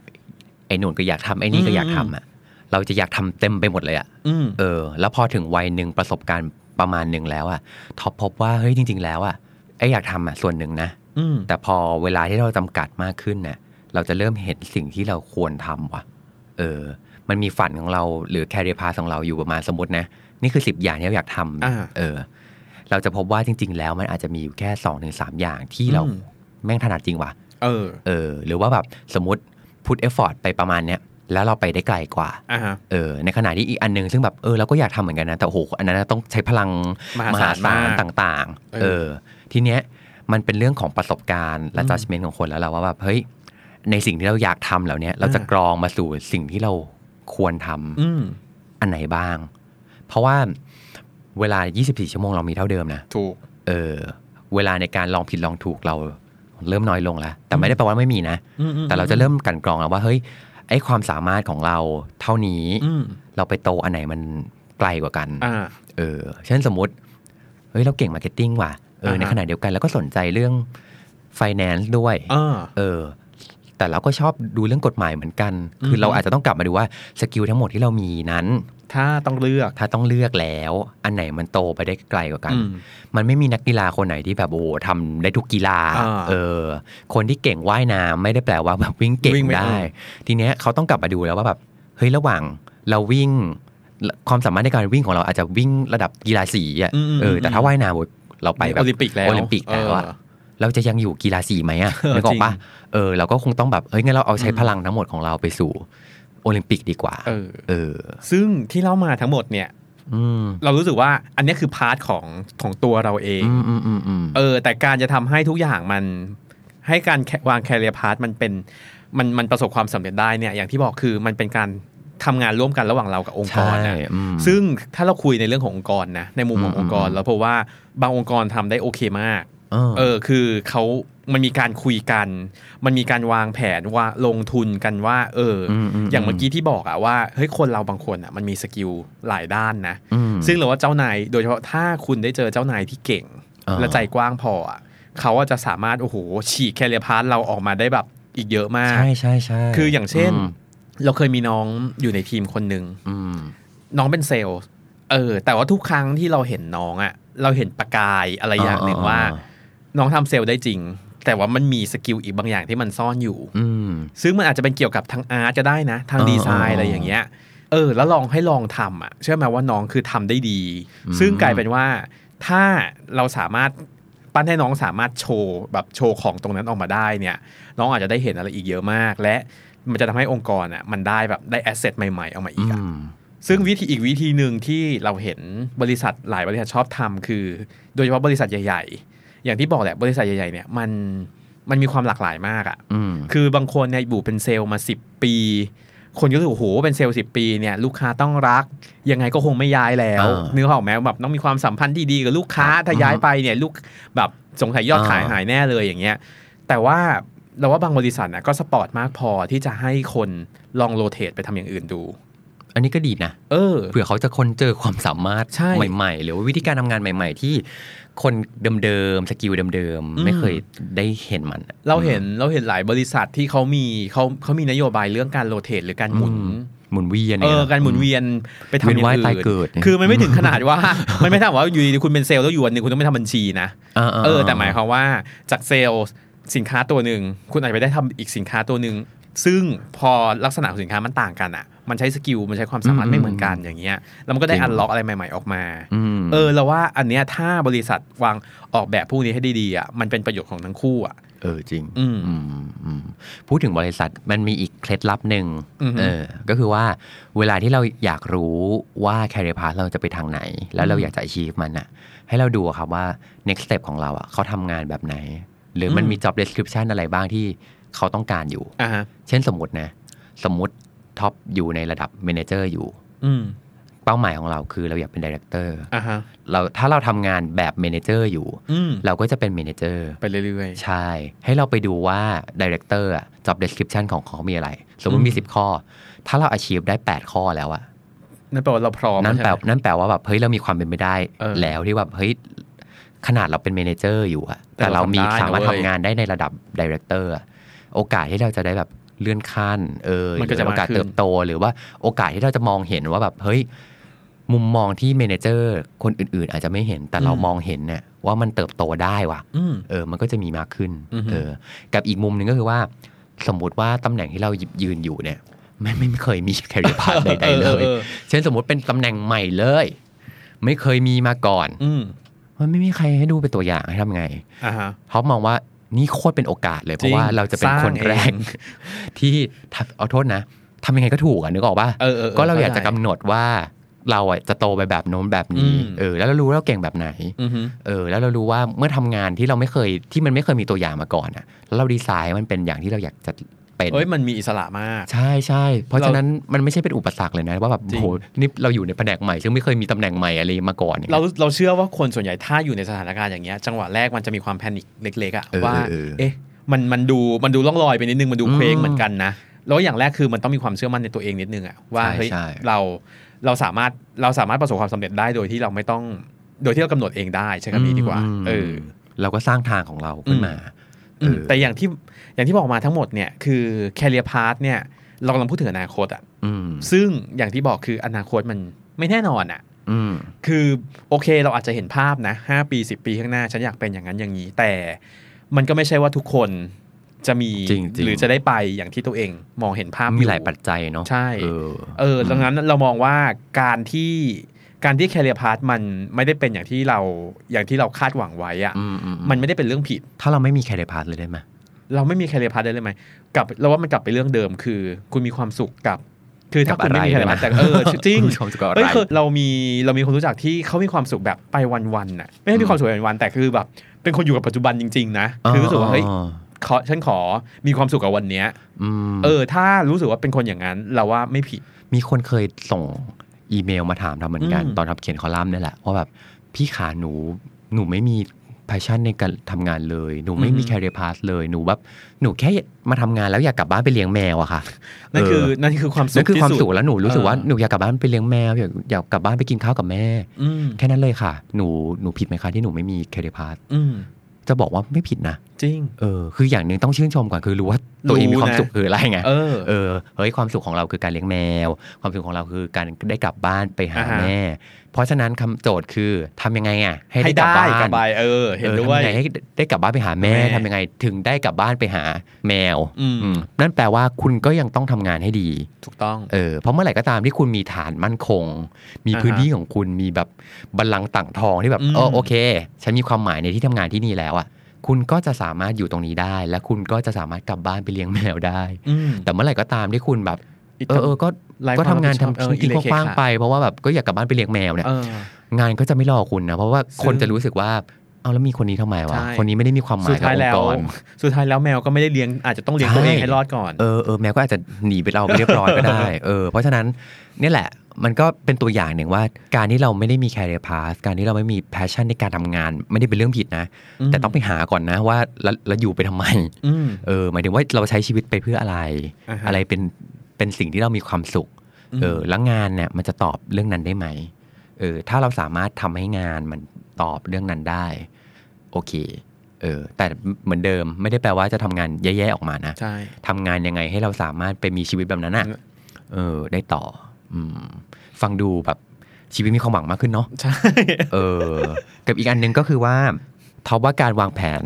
[SPEAKER 3] ไอ้หนุนก็อยากทำไอ้นี่ก็อยาก
[SPEAKER 2] อื
[SPEAKER 3] ทำ
[SPEAKER 2] ม
[SPEAKER 3] อ่ะ เราจะอยากทำเต็มไปหมดเลยอ่ะ
[SPEAKER 2] อืม
[SPEAKER 3] เออ แล้วพอถึงวัยหนึ่งประสบการณ์ประมาณหนึ่งแล้วอ่ะท็อปพบว่าเฮ้ยจริง ๆ แล้วอ่ะไอ้อยากทำอ่ะส่วนหนึ่งนะ
[SPEAKER 2] อืม
[SPEAKER 3] แต่พอเวลาที่เราจำกัดมากขึ้นเนี่ยเราจะเริ่มเห็นสิ่งที่เราควรทำว่ะ เออ มันมีฝันของเราหรือแคริพาของเราอยู่ประมาณสมมตินะ นี่คือสิบอย่างที่เราอยากทำ
[SPEAKER 2] อ่า
[SPEAKER 3] เออ เราจะพบว่าจริง ๆ แล้วมันอาจจะมีอยู่แค่สองถึงสามอย่างที่เรา
[SPEAKER 2] อืม
[SPEAKER 3] แม่งถนัดจริงว่ะ
[SPEAKER 2] เออ
[SPEAKER 3] เออ หรือว่าแบบสมมติพุทเอฟฟอร์ไปประมาณเนี้ยแล้วเราไปได้ไกลกว่า
[SPEAKER 2] อ่าฮะ
[SPEAKER 3] เออในขณะที่อีกอันหนึงซึ่งแบบเออเราก็อยากทำเหมือนกันนะ แต่โอ้โหอันนั้นนะต้องใช้พลัง
[SPEAKER 2] มหาศาลมาก
[SPEAKER 3] ต่าง
[SPEAKER 2] เออ
[SPEAKER 3] ๆเออทีเนี้ยมันเป็นเรื่องของประสบการณ์และ judgment ของคนแล้วเราว่าแบบเฮ้ยในสิ่งที่เราอยากทำเหล่าเนี้ยเราจะกรองมาสู่สิ่งที่เราควรทำ
[SPEAKER 2] อืม
[SPEAKER 3] อันไหนบ้าง เพราะว่าเวลา 24 ชั่วโมงเรามีเท่าเดิมนะ
[SPEAKER 2] ถูก
[SPEAKER 3] เออเวลาในการลองผิดลองถูกเราเริ่มน้อยลงแล้ว แต่ไม่ได้แปลว่าไม่มีนะ
[SPEAKER 2] อืมอืม
[SPEAKER 3] แต่เราจะเริ่มกลันกรองแล้วว่าเฮ้ยไอ้ความสามารถของเราเท่านี้
[SPEAKER 2] อืม
[SPEAKER 3] เราไปโตอันไหนมันไกลกว่ากัน
[SPEAKER 2] อ่า
[SPEAKER 3] เออ เช่นสมมติ เฮ้ย เราเก่งมาร์เก็ตติ้งว่ะ เออ
[SPEAKER 2] อ่าฮะ
[SPEAKER 3] ในขณะเดียวกันเราก็สนใจเรื่อง finance ด้วย
[SPEAKER 2] อ่า
[SPEAKER 3] เออ แต่เราก็ชอบดูเรื่องกฎหมายเหมือนกัน คือ
[SPEAKER 2] ม
[SPEAKER 3] เราอาจจะต้องกลับมาดูว่าสกิลทั้งหมดที่เรามีนั้น
[SPEAKER 2] ถ้าต้องเลือก
[SPEAKER 3] ถ้าต้องเลือกแล้ว อันไหนมันโตไปได้ไกลกว่ากัน
[SPEAKER 2] อืม
[SPEAKER 3] มันไม่มีนักกีฬาคนไหนที่แบบโอ้โหทำได้ทุกกีฬา
[SPEAKER 2] อ่า
[SPEAKER 3] เออ คนที่เก่งว่ายน้ำไม่ได้แปลว่าแบบวิ่งเก่ง
[SPEAKER 2] วิ่งไม่
[SPEAKER 3] ได้
[SPEAKER 2] ได้
[SPEAKER 3] ทีเนี้ยเขาต้องกลับมาดูแล้วว่าแบบเฮ้ยระหว่างเราวิ่ง ความสามารถในการวิ่งของเราอาจจะวิ่งระดับกีฬาสีอ่ะ
[SPEAKER 2] อืมอืม
[SPEAKER 3] เออ แต่ถ้าว่ายน้ำโอ้ยเราไปแบบ
[SPEAKER 2] โอลิมปิกแล้ว
[SPEAKER 3] โอลิมปิกแล้วอะ
[SPEAKER 2] เออ
[SPEAKER 3] เราจะยังอยู่กีฬาสีไหมอ่ะ
[SPEAKER 2] เออ
[SPEAKER 3] นึกออกปะ
[SPEAKER 2] จริ
[SPEAKER 3] เออ เราก็คงต้องแบบเฮ้ยงั้นเราเอาใช้พลังทั้งหมดของเราไปสู่โอลิมปิกดีกว่า
[SPEAKER 2] เออ
[SPEAKER 3] เออ
[SPEAKER 2] ซึ่งที่เล่ามาทั้งหมดเนี่ย
[SPEAKER 3] อืม
[SPEAKER 2] เรารู้สึกว่าอันเนี้ยคือพาร์ทของของตัวเราเอง
[SPEAKER 3] อืมอืมอืมอืม
[SPEAKER 2] เออ แต่การจะทำให้ทุกอย่างมัน ให้การแควางแคเรียพาร์ทมันเป็นมันมันประสบความสำเร็จได้เนี่ยอย่างที่บอกคือมันเป็นการทำงานร่วมกันระหว่างเรากับองค์กรนะ
[SPEAKER 3] ใช่อืม
[SPEAKER 2] ซึ่งถ้าเราคุยในเรื่องขององค์กรนะในมุมของ
[SPEAKER 3] อืม
[SPEAKER 2] องค์กร
[SPEAKER 3] อืม
[SPEAKER 2] เราพบว่าบางองค์กรทำได้โอเคมาก
[SPEAKER 3] เออ
[SPEAKER 2] เออคือเขามันมีการคุยกัน มันมีการวางแผนว่าลงทุนกันว่า เอออ
[SPEAKER 3] มอืม
[SPEAKER 2] อย่างเมื่อกี้ที่บอกอะว่าเฮ้ยคนเราบางคนอะมันมีสกิลหลายด้านนะ
[SPEAKER 3] อืม
[SPEAKER 2] ซึ่งเราว่าเจ้านายโดยเฉพาะถ้าคุณได้เจอเจ้านายที่เก่ง
[SPEAKER 3] อ่า
[SPEAKER 2] และใจกว้างพออะเขาอาจจะสามารถโอ้โหฉีกแคเรียพาร์เราออกมาได้แบบอีกเยอะมาก
[SPEAKER 3] ใช่ใช่ใช่
[SPEAKER 2] คืออย่างเช่น
[SPEAKER 3] ม
[SPEAKER 2] เราเคยมีน้องอยู่ในทีมคนหนึ่ง
[SPEAKER 3] อืม
[SPEAKER 2] น้องเป็นเซลล์ เออ แต่ว่าทุกครั้งที่เราเห็นน้องอะเราเห็นประกายอะไรอย่างหนึ่ง
[SPEAKER 3] อ่า
[SPEAKER 2] ว่า น้องทำเซลล์ได้จริง แต่ว่ามันมีสกิลอีกบางอย่างที่มันซ่อนอยู่
[SPEAKER 3] อืม
[SPEAKER 2] ซึ่งมันอาจจะเป็นเกี่ยวกับทางอาร์ตจะได้นะ ทาง
[SPEAKER 3] อ่า
[SPEAKER 2] ดีไซน์อะไร
[SPEAKER 3] อ่า
[SPEAKER 2] อย่างเงี้ย เออ แล้วลองให้ลองทำอ่ะ เชื่อไหมว่าน้องคือทำได้ดี
[SPEAKER 3] อืม
[SPEAKER 2] ซึ่งกลายเป็นว่าถ้าเราสามารถปั้นให้น้องสามารถโชว์แบบโชว์ของตรงนั้นออกมาได้เนี่ย น้องอาจจะได้เห็นอะไรอีกเยอะมาก และมันจะทำให้องค์กรอ่ะมันได้แบบได้แอสเซทใหม่ๆออกมาอี
[SPEAKER 3] อื
[SPEAKER 2] กอะ
[SPEAKER 3] ม
[SPEAKER 2] ซึ่งวิธีอีกวิธีหนึ่งที่เราเห็นบริษัทหลายบริษัทชอบทำคือ โดยเฉพาะบริษัทใหญ่ ๆ อย่างที่บอกแหละบริษัทใหญ่ๆเนี่ยมันมันมีความหลากหลายมากอะ่ะ
[SPEAKER 3] อืม
[SPEAKER 2] คือบางคนเนี่ยอยู่เป็นเซลล์มา 10 ปี คนก็รู้สึกโอ้โหเป็นเซลล์สิปีเนี่ยลูกค้าต้องรัก ยังไงก็คงไม่ย้ายแล้ว
[SPEAKER 3] เออ
[SPEAKER 2] นึกออกไหมแบบต้องมีความสัมพันธ์ที่ดีกับลูกค้าถ้าย้ายไปเนี่ยลูกแบบสงสัยยอดขาย
[SPEAKER 3] เออ
[SPEAKER 2] หายแน่เลยอย่างเงี้ยแต่ว่าเราว่าบางบริษัทนะก็สปอร์ตมากพอที่จะให้คนลองโรเตทไปทำอย่างอื่นดู
[SPEAKER 3] อันนี้ก็ดีนะ
[SPEAKER 2] เออ
[SPEAKER 3] เผื่อเขาจะคนเจอความสามารถ
[SPEAKER 2] ใช่
[SPEAKER 3] ใหม่ ๆ หรือว่าวิธีการทำงานใหม่ ๆ ที่คนเดิมๆสกิลเดิม
[SPEAKER 2] อืม
[SPEAKER 3] ๆไม่เคยได้เห็นมันอะ
[SPEAKER 2] เราเห็นเราเห็นหลายบริษัทที่เขามีเขาเขามีนโยบายเรื่องการโรเตทหรือการหมุน
[SPEAKER 3] อืม หมุนเวียน
[SPEAKER 2] เอ
[SPEAKER 3] นี่ย
[SPEAKER 2] อการหมุนเวียนไปทำอ
[SPEAKER 3] เวียน
[SPEAKER 2] ย่าง
[SPEAKER 3] ว่าย
[SPEAKER 2] อื่
[SPEAKER 3] ตายเกิด
[SPEAKER 2] นคือมันไม่ถึงขนาดว่า มันไม่ถามว่าอยู่ดีๆคุณเป็นเซลล์แล้วอยู่วันหนึ่งคุณต้องไปทำบัญชีนะ
[SPEAKER 3] าๆ
[SPEAKER 2] เออ แต่หมายความว่าจากเซลล์สินค้าตัวหนึ่งคุณอาจจะไปได้ทำอีกสินค้าตัวหนึ่งซึ่งพอลักษณะของสินค้ามันต่างกันอ่ะ มันใช้สกิลมันใช้ความสามารถไม่เหมือนกันอย่างเงี้ยแล้วมันก็ได้อันล็อกอะไรใหม่ ๆออกมา
[SPEAKER 3] อืม
[SPEAKER 2] เออเราว่าอันเนี้ยถ้าบริษัทวางออกแบบพวกนี้ให้ดีๆอ่ะมันเป็นประโยชน์ของทั้งคู่อ่ะ
[SPEAKER 3] เออจริง
[SPEAKER 2] อืม
[SPEAKER 3] อืมอืมพูดถึงบริษัทมันมีอีกเคล็ดลับหนึ่ง
[SPEAKER 2] อือฮึ
[SPEAKER 3] เออ ก็คือว่าเวลาที่เราอยากรู้ว่าแคริพาเราจะไปทางไหน แล้วเราอยากจะ achieve มันอะให้เราดูอะครับว่า next step ของเราอะเขาทำงานแบบไหน หรือมัน
[SPEAKER 2] อืม
[SPEAKER 3] มี job description อะไรบ้างที่เขาต้องการอยู่
[SPEAKER 2] อ่าฮะ
[SPEAKER 3] เช่นสมมตินะ สมมติท็อปอยู่ในระดับ manager อยู่
[SPEAKER 2] อืม
[SPEAKER 3] เป้าหมายของเราคือเราอยากเป็น director
[SPEAKER 2] อ่าฮะ
[SPEAKER 3] เราถ้าเราทำงานแบบ manager อยู่
[SPEAKER 2] อืม
[SPEAKER 3] เราก็จะเป็น manager
[SPEAKER 2] ไปเรื่อย
[SPEAKER 3] ใช่ ให้เราไปดูว่าดี r e c เตอร์อะ job description ของเขามีอะไร สมมติมี
[SPEAKER 2] อืม
[SPEAKER 3] 10 ข้อ ถ้าเรา achieve ได้ 8 ข้อแล้วอะ
[SPEAKER 2] ๆนั่นแปลว่าเราพร้อม
[SPEAKER 3] นั่นแปล
[SPEAKER 2] ใช่ไหม
[SPEAKER 3] นั่นแปลว่าแบบเฮ้ยเรามีความเป็นไปได้
[SPEAKER 2] เออ
[SPEAKER 3] แล้วที่แบบเฮ้ยขนาดเราเป็นเมเนเจอร์อยู่อะ
[SPEAKER 2] แต่
[SPEAKER 3] แต่เรา
[SPEAKER 2] เรา
[SPEAKER 3] มี
[SPEAKER 2] ทำได้นะ
[SPEAKER 3] สามารถ
[SPEAKER 2] เว้ย
[SPEAKER 3] ทำงานได้ในระดับดี r e c เตอร์โอกาสที่เราจะได้แบบเลื่อนขั้นเออ
[SPEAKER 2] มันก็จะ
[SPEAKER 3] หรือโอกาส
[SPEAKER 2] มากขึ้น
[SPEAKER 3] เติบโต หรือว่าโอกาสที่เราจะมองเห็นว่าแบบเฮ้ยมุมมองที่เมเนเจอร์คนอื่น ๆ อาจจะไม่เห็นแต่เรามองเห็นเนี่ยว่ามันเติบโตได้ว่ะ
[SPEAKER 2] อืม
[SPEAKER 3] เออ มันก็จะมีมากขึ้น
[SPEAKER 2] อือฮึ
[SPEAKER 3] เออ กับอีกมุมหนึ่งก็คือว่า สมมติว่าตำแหน่งที่เราหยิบยืนอยู่ เนี่ยไม่ไม่ไม่เคยมี แคริพาร์ใดๆเลย
[SPEAKER 2] ออออ
[SPEAKER 3] เช่นสมมติเป็นตำแหน่งใหม่เลย ไม่เคยมีมาก่อน
[SPEAKER 2] อืม
[SPEAKER 3] มันไม่มีใครให้ดูเป็นตัวอย่างให้ทำไง
[SPEAKER 2] อ่าฮะ
[SPEAKER 3] เขามองว่านี่โคตรเป็นโอกาสเลย เพ
[SPEAKER 2] จริ
[SPEAKER 3] ราะ
[SPEAKER 2] ง
[SPEAKER 3] ว่าเราจะเป็นคนแรก
[SPEAKER 2] สร้างเอ
[SPEAKER 3] ที่ทำเอาโทษนะทำยังไงก็ถูกอ่ะนึกออกป่ะ
[SPEAKER 2] เออเออ
[SPEAKER 3] ก็เราอยากจะ
[SPEAKER 2] ข้
[SPEAKER 3] กำ
[SPEAKER 2] ใจ
[SPEAKER 3] หนดว่าเราอ่ะจะโตไปแบบโน้นแบบนี้
[SPEAKER 2] อืม
[SPEAKER 3] เออ แล้วเรารู้ว่าเราเก่งแบบไหน
[SPEAKER 2] อือฮึ
[SPEAKER 3] เออแล้วเรารู้ว่าเมื่อทำงานที่เราไม่เคยที่มันไม่เคยมีตัวอย่างมาก่อนอ่ะแล้วเราดีไซน์ให้มันเป็นอย่างที่เราอยากจะเป็น
[SPEAKER 2] เอ้ยมันมีอิสระมาก
[SPEAKER 3] ใช่ใช่เพราะฉะนั้นมันไม่ใช่เป็นอุปสรรคเลยนะว่าแบบ
[SPEAKER 2] จริง
[SPEAKER 3] โหนี่เราอยู่ในแผนกใหม่ ซึ่งไม่เคยมีตำแหน่งใหม่อะไรมาก่อนนี่ย
[SPEAKER 2] เราเราเชื่อว่าคนส่วนใหญ่ถ้าอยู่ในสถานการณ์อย่างเงี้ยจังหวะแรกมันจะมีความแพนิคเล็กๆอะ
[SPEAKER 3] เออ
[SPEAKER 2] ว่า
[SPEAKER 3] เออเออ
[SPEAKER 2] เอ๊ะมันมันดูมันดูล่องลอยไปนิดนึงมันดู
[SPEAKER 3] อืม
[SPEAKER 2] เคว้งเหมือนกันนะแล้วอย่างแรกคือมันต้องมีความเชื่อมั่นในตัวเองนิดนึงอะว่า
[SPEAKER 3] ใช่
[SPEAKER 2] เฮ้ย
[SPEAKER 3] ใช่
[SPEAKER 2] เราเราสามารถเราสามารถประสบความสำเร็จได้โดยที่เราไม่ต้องโดยที่เรากำหนดเองได้ใช้คำนี้ดีกว่า
[SPEAKER 3] ม
[SPEAKER 2] เออ
[SPEAKER 3] เราก็สร้างทางของเราขึ้นมาเอ
[SPEAKER 2] อืม
[SPEAKER 3] อ
[SPEAKER 2] แต่อย่างที่อย่างที่บอกมาทั้งหมดเนี่ยคือแคเรียพาร์ทเนี่ยเรากำลังพูดถึงอนาคตอะ
[SPEAKER 3] อืม
[SPEAKER 2] ซึ่งอย่างที่บอกคืออนาคตมันไม่แน่นอนอะ
[SPEAKER 3] อืม
[SPEAKER 2] คือโอเคเราอาจจะเห็นภาพนะ5ปี 10 ปีข้างหน้า ฉันอยากเป็นอย่างนั้นอย่างนี้ แต่มันก็ไม่ใช่ว่าทุกคนจะมี
[SPEAKER 3] จริงๆ
[SPEAKER 2] หรือจะได้ไปอย่างที่ตัวเองมองเห็นภาพ
[SPEAKER 3] มี
[SPEAKER 2] อ
[SPEAKER 3] หลายปัจจัยเนาะ
[SPEAKER 2] ใช่
[SPEAKER 3] เออ
[SPEAKER 2] เออดังนั้นเรามองว่าการที่การที่แคเรียพาร์มันไม่ได้เป็นอย่างที่เราอย่างที่เราคาดหวังไว้อะ
[SPEAKER 3] อืมอืมอืม
[SPEAKER 2] มันไม่ได้เป็นเรื่องผิด
[SPEAKER 3] ถ้าเราไม่มีแคริพาร์เลยได้ไหม
[SPEAKER 2] เราไม่มีแคเรียพาร์ได้เลยไหมกลับเราว่ามันกลับไปเรื่องเดิมคือ คุณมีความสุขกับ คือถ้าคุณไม่มีแคเรียพาร์แต่เออจริง
[SPEAKER 3] คุณมีความสุขกับอะไร
[SPEAKER 2] เอ้ยคือเรามีเรามีคนรู้จักที่เขามีความสุขแบบไปวันๆน่ะไม่ใช่มีความสุขไปวันๆแต่คือแบบ เป็นคนอยู่กับปัจจุบันจริงๆนะคือรู้สึกว่าเฮ้ย
[SPEAKER 3] อ๋อ
[SPEAKER 2] ขอฉันขอมีความสุขกับวันเนี้ย
[SPEAKER 3] อืม
[SPEAKER 2] เออ ถ้ารู้สึกว่าเป็นคนอย่างนั้น เราว่าไม่ผิด
[SPEAKER 3] มีคนเคยส่งอีเมลมาถามทำเหมือนกัน
[SPEAKER 2] อืม
[SPEAKER 3] ตอนทำเขียนคอลัมน์นี่แหละว่าแบบพี่ขาหนูหนูไม่มี a s ชั่นในการทำงานเลย หนูไม่มีแคริพาสเลยหนูแบบหนูแค่มาทำงานแล้วอยากกลับบ้านไปเลี้ยงแมวอะค่ะ
[SPEAKER 2] นั่นคือ
[SPEAKER 3] เ
[SPEAKER 2] นั่นคือความสุข
[SPEAKER 3] นั่นคือความ
[SPEAKER 2] ที่
[SPEAKER 3] สุขแล้วหนูรู้สึกว่า
[SPEAKER 2] เออ
[SPEAKER 3] หนูอยากกลับบ้านไปเลี้ยงแมวอยากอยากกลับบ้านไปกินข้าวกับแม่
[SPEAKER 2] อืม
[SPEAKER 3] แค่นั้นเลยค่ะ หนูหนูผิดไหมคะที่หนูไม่มีแคริพาส
[SPEAKER 2] อืม
[SPEAKER 3] จะบอกว่าไม่ผิดนะ
[SPEAKER 2] จริง
[SPEAKER 3] เออคืออย่างหนึ่งต้องชื่นชมก่อนคือรู้ว่าตัวเองมีความ
[SPEAKER 2] รู้นะ
[SPEAKER 3] สุขคืออะไรไง
[SPEAKER 2] เออ
[SPEAKER 3] เออเฮ้ยความสุขของเราคือการเลี้ยงแมว ความสุขของเราคือการได้กลับบ้านไปหา
[SPEAKER 2] อ่าฮะ
[SPEAKER 3] แม่ เพราะฉะนั้นคำโจทย์คือทำยังไงอ่ะให้
[SPEAKER 2] ให้
[SPEAKER 3] ได้กลับ
[SPEAKER 2] ได้
[SPEAKER 3] บ้าน
[SPEAKER 2] กลับไปเออ เห็น
[SPEAKER 3] ออ
[SPEAKER 2] ด้วย
[SPEAKER 3] ทำยังไงให้ได้กลับบ้านไปหาแม่
[SPEAKER 2] แม่
[SPEAKER 3] ทำยังไงถึงได้กลับบ้านไปหาแมว
[SPEAKER 2] อืม
[SPEAKER 3] อืมนั่นแปลว่าคุณก็ยังต้องทำงานให้ดี
[SPEAKER 2] ถูกต้อง
[SPEAKER 3] เออเพราะเมื่อไหร่ก็ตามที่คุณมีฐานมั่นคง มี
[SPEAKER 2] อ่าฮะ
[SPEAKER 3] พื้นที่ของคุณมีแบบบัลลังก์ต่างทองที่แบบ
[SPEAKER 2] อืม
[SPEAKER 3] เออโอเค ฉันมีความหมายในที่ทำงานที่นี่แล้วอ่ะคุณก็จะสามารถอยู่ตรงนี้ได้ และคุณก็จะสามารถกลับบ้านไปเลี้ยงแมวได้
[SPEAKER 2] อืม
[SPEAKER 3] แต่เมื่อไหร่ก็ตามที่คุณแบบ
[SPEAKER 2] อีก
[SPEAKER 3] เออเออก็
[SPEAKER 2] ไลฟ์
[SPEAKER 3] ก็ทำงาน
[SPEAKER 2] ควมรับผิดชอบ
[SPEAKER 3] ทำชิ้
[SPEAKER 2] เอี
[SPEAKER 3] นที่
[SPEAKER 2] เลเค
[SPEAKER 3] กว้างๆไปเพราะว่าแบบก็อยากกลับบ้านไปเลี้ยงแมวเนี่ย
[SPEAKER 2] เออ
[SPEAKER 3] งานก็จะไม่รอคุณนะ เพราะว่าคนจะรู้สึกว่า เอาแล้วมีคนนี้ทำไมวะ
[SPEAKER 2] ใช่
[SPEAKER 3] คนนี้ไม่ได้มีความหมา
[SPEAKER 2] สุ
[SPEAKER 3] ย
[SPEAKER 2] ด
[SPEAKER 3] กับ
[SPEAKER 2] ท้าย
[SPEAKER 3] อง
[SPEAKER 2] แล้ว
[SPEAKER 3] ค์กร
[SPEAKER 2] สุดท้ายแล้วแมวก็ไม่ได้เลี้ยงอาจจะต้องเลี้ยงตัวเองให้รอดก่อน
[SPEAKER 3] เออเออแมวก็อาจจะหนีไปเราไปเรียบร้อยก็ ได้ เออเพราะฉะนั้นเนี่ยแหละมันก็เป็นตัวอย่างหนึ่งว่า การที่เราไม่ได้มีแคริเอร์พาสการที่เราไม่มีแพชชั่นในการทำงาน ไม่ได้เป็นเรื่องผิดนะ
[SPEAKER 2] อืม
[SPEAKER 3] แต่ต้องไปหาก่อนนะว่าแล้วแล้วอยู่ไปทำไม
[SPEAKER 2] อืม
[SPEAKER 3] เออหมายถึงว่าเราใช้ชีวิตไปเพื่ออะไร
[SPEAKER 2] อ่าฮะ
[SPEAKER 3] อะไรเป็นเป็นสิ่งที่เรามีความสุข
[SPEAKER 2] อืม
[SPEAKER 3] เออแล้วงานเนี่ยมันจะตอบเรื่องนั้นได้ไหมเออถ้าเราสามารถทำให้งานมันตอบเรื่องนั้นได้ โอเคเออแต่เหมือนเดิมไม่ได้แปลว่าจะทำงานแย่ๆออกมานะ
[SPEAKER 2] ใช่
[SPEAKER 3] ทำงานยังไงให้เราสามารถไปมีชีวิตแบบนั้นอ่ะ
[SPEAKER 2] อืม
[SPEAKER 3] เออ ได้ต่อ อืม ฟังดูแบบชีวิตมีความหวังมากขึ้นเนาะ
[SPEAKER 2] ใช่
[SPEAKER 3] เอ อ กับอีกอันหนึ่งก็คือว่าทบว่าการวางแผน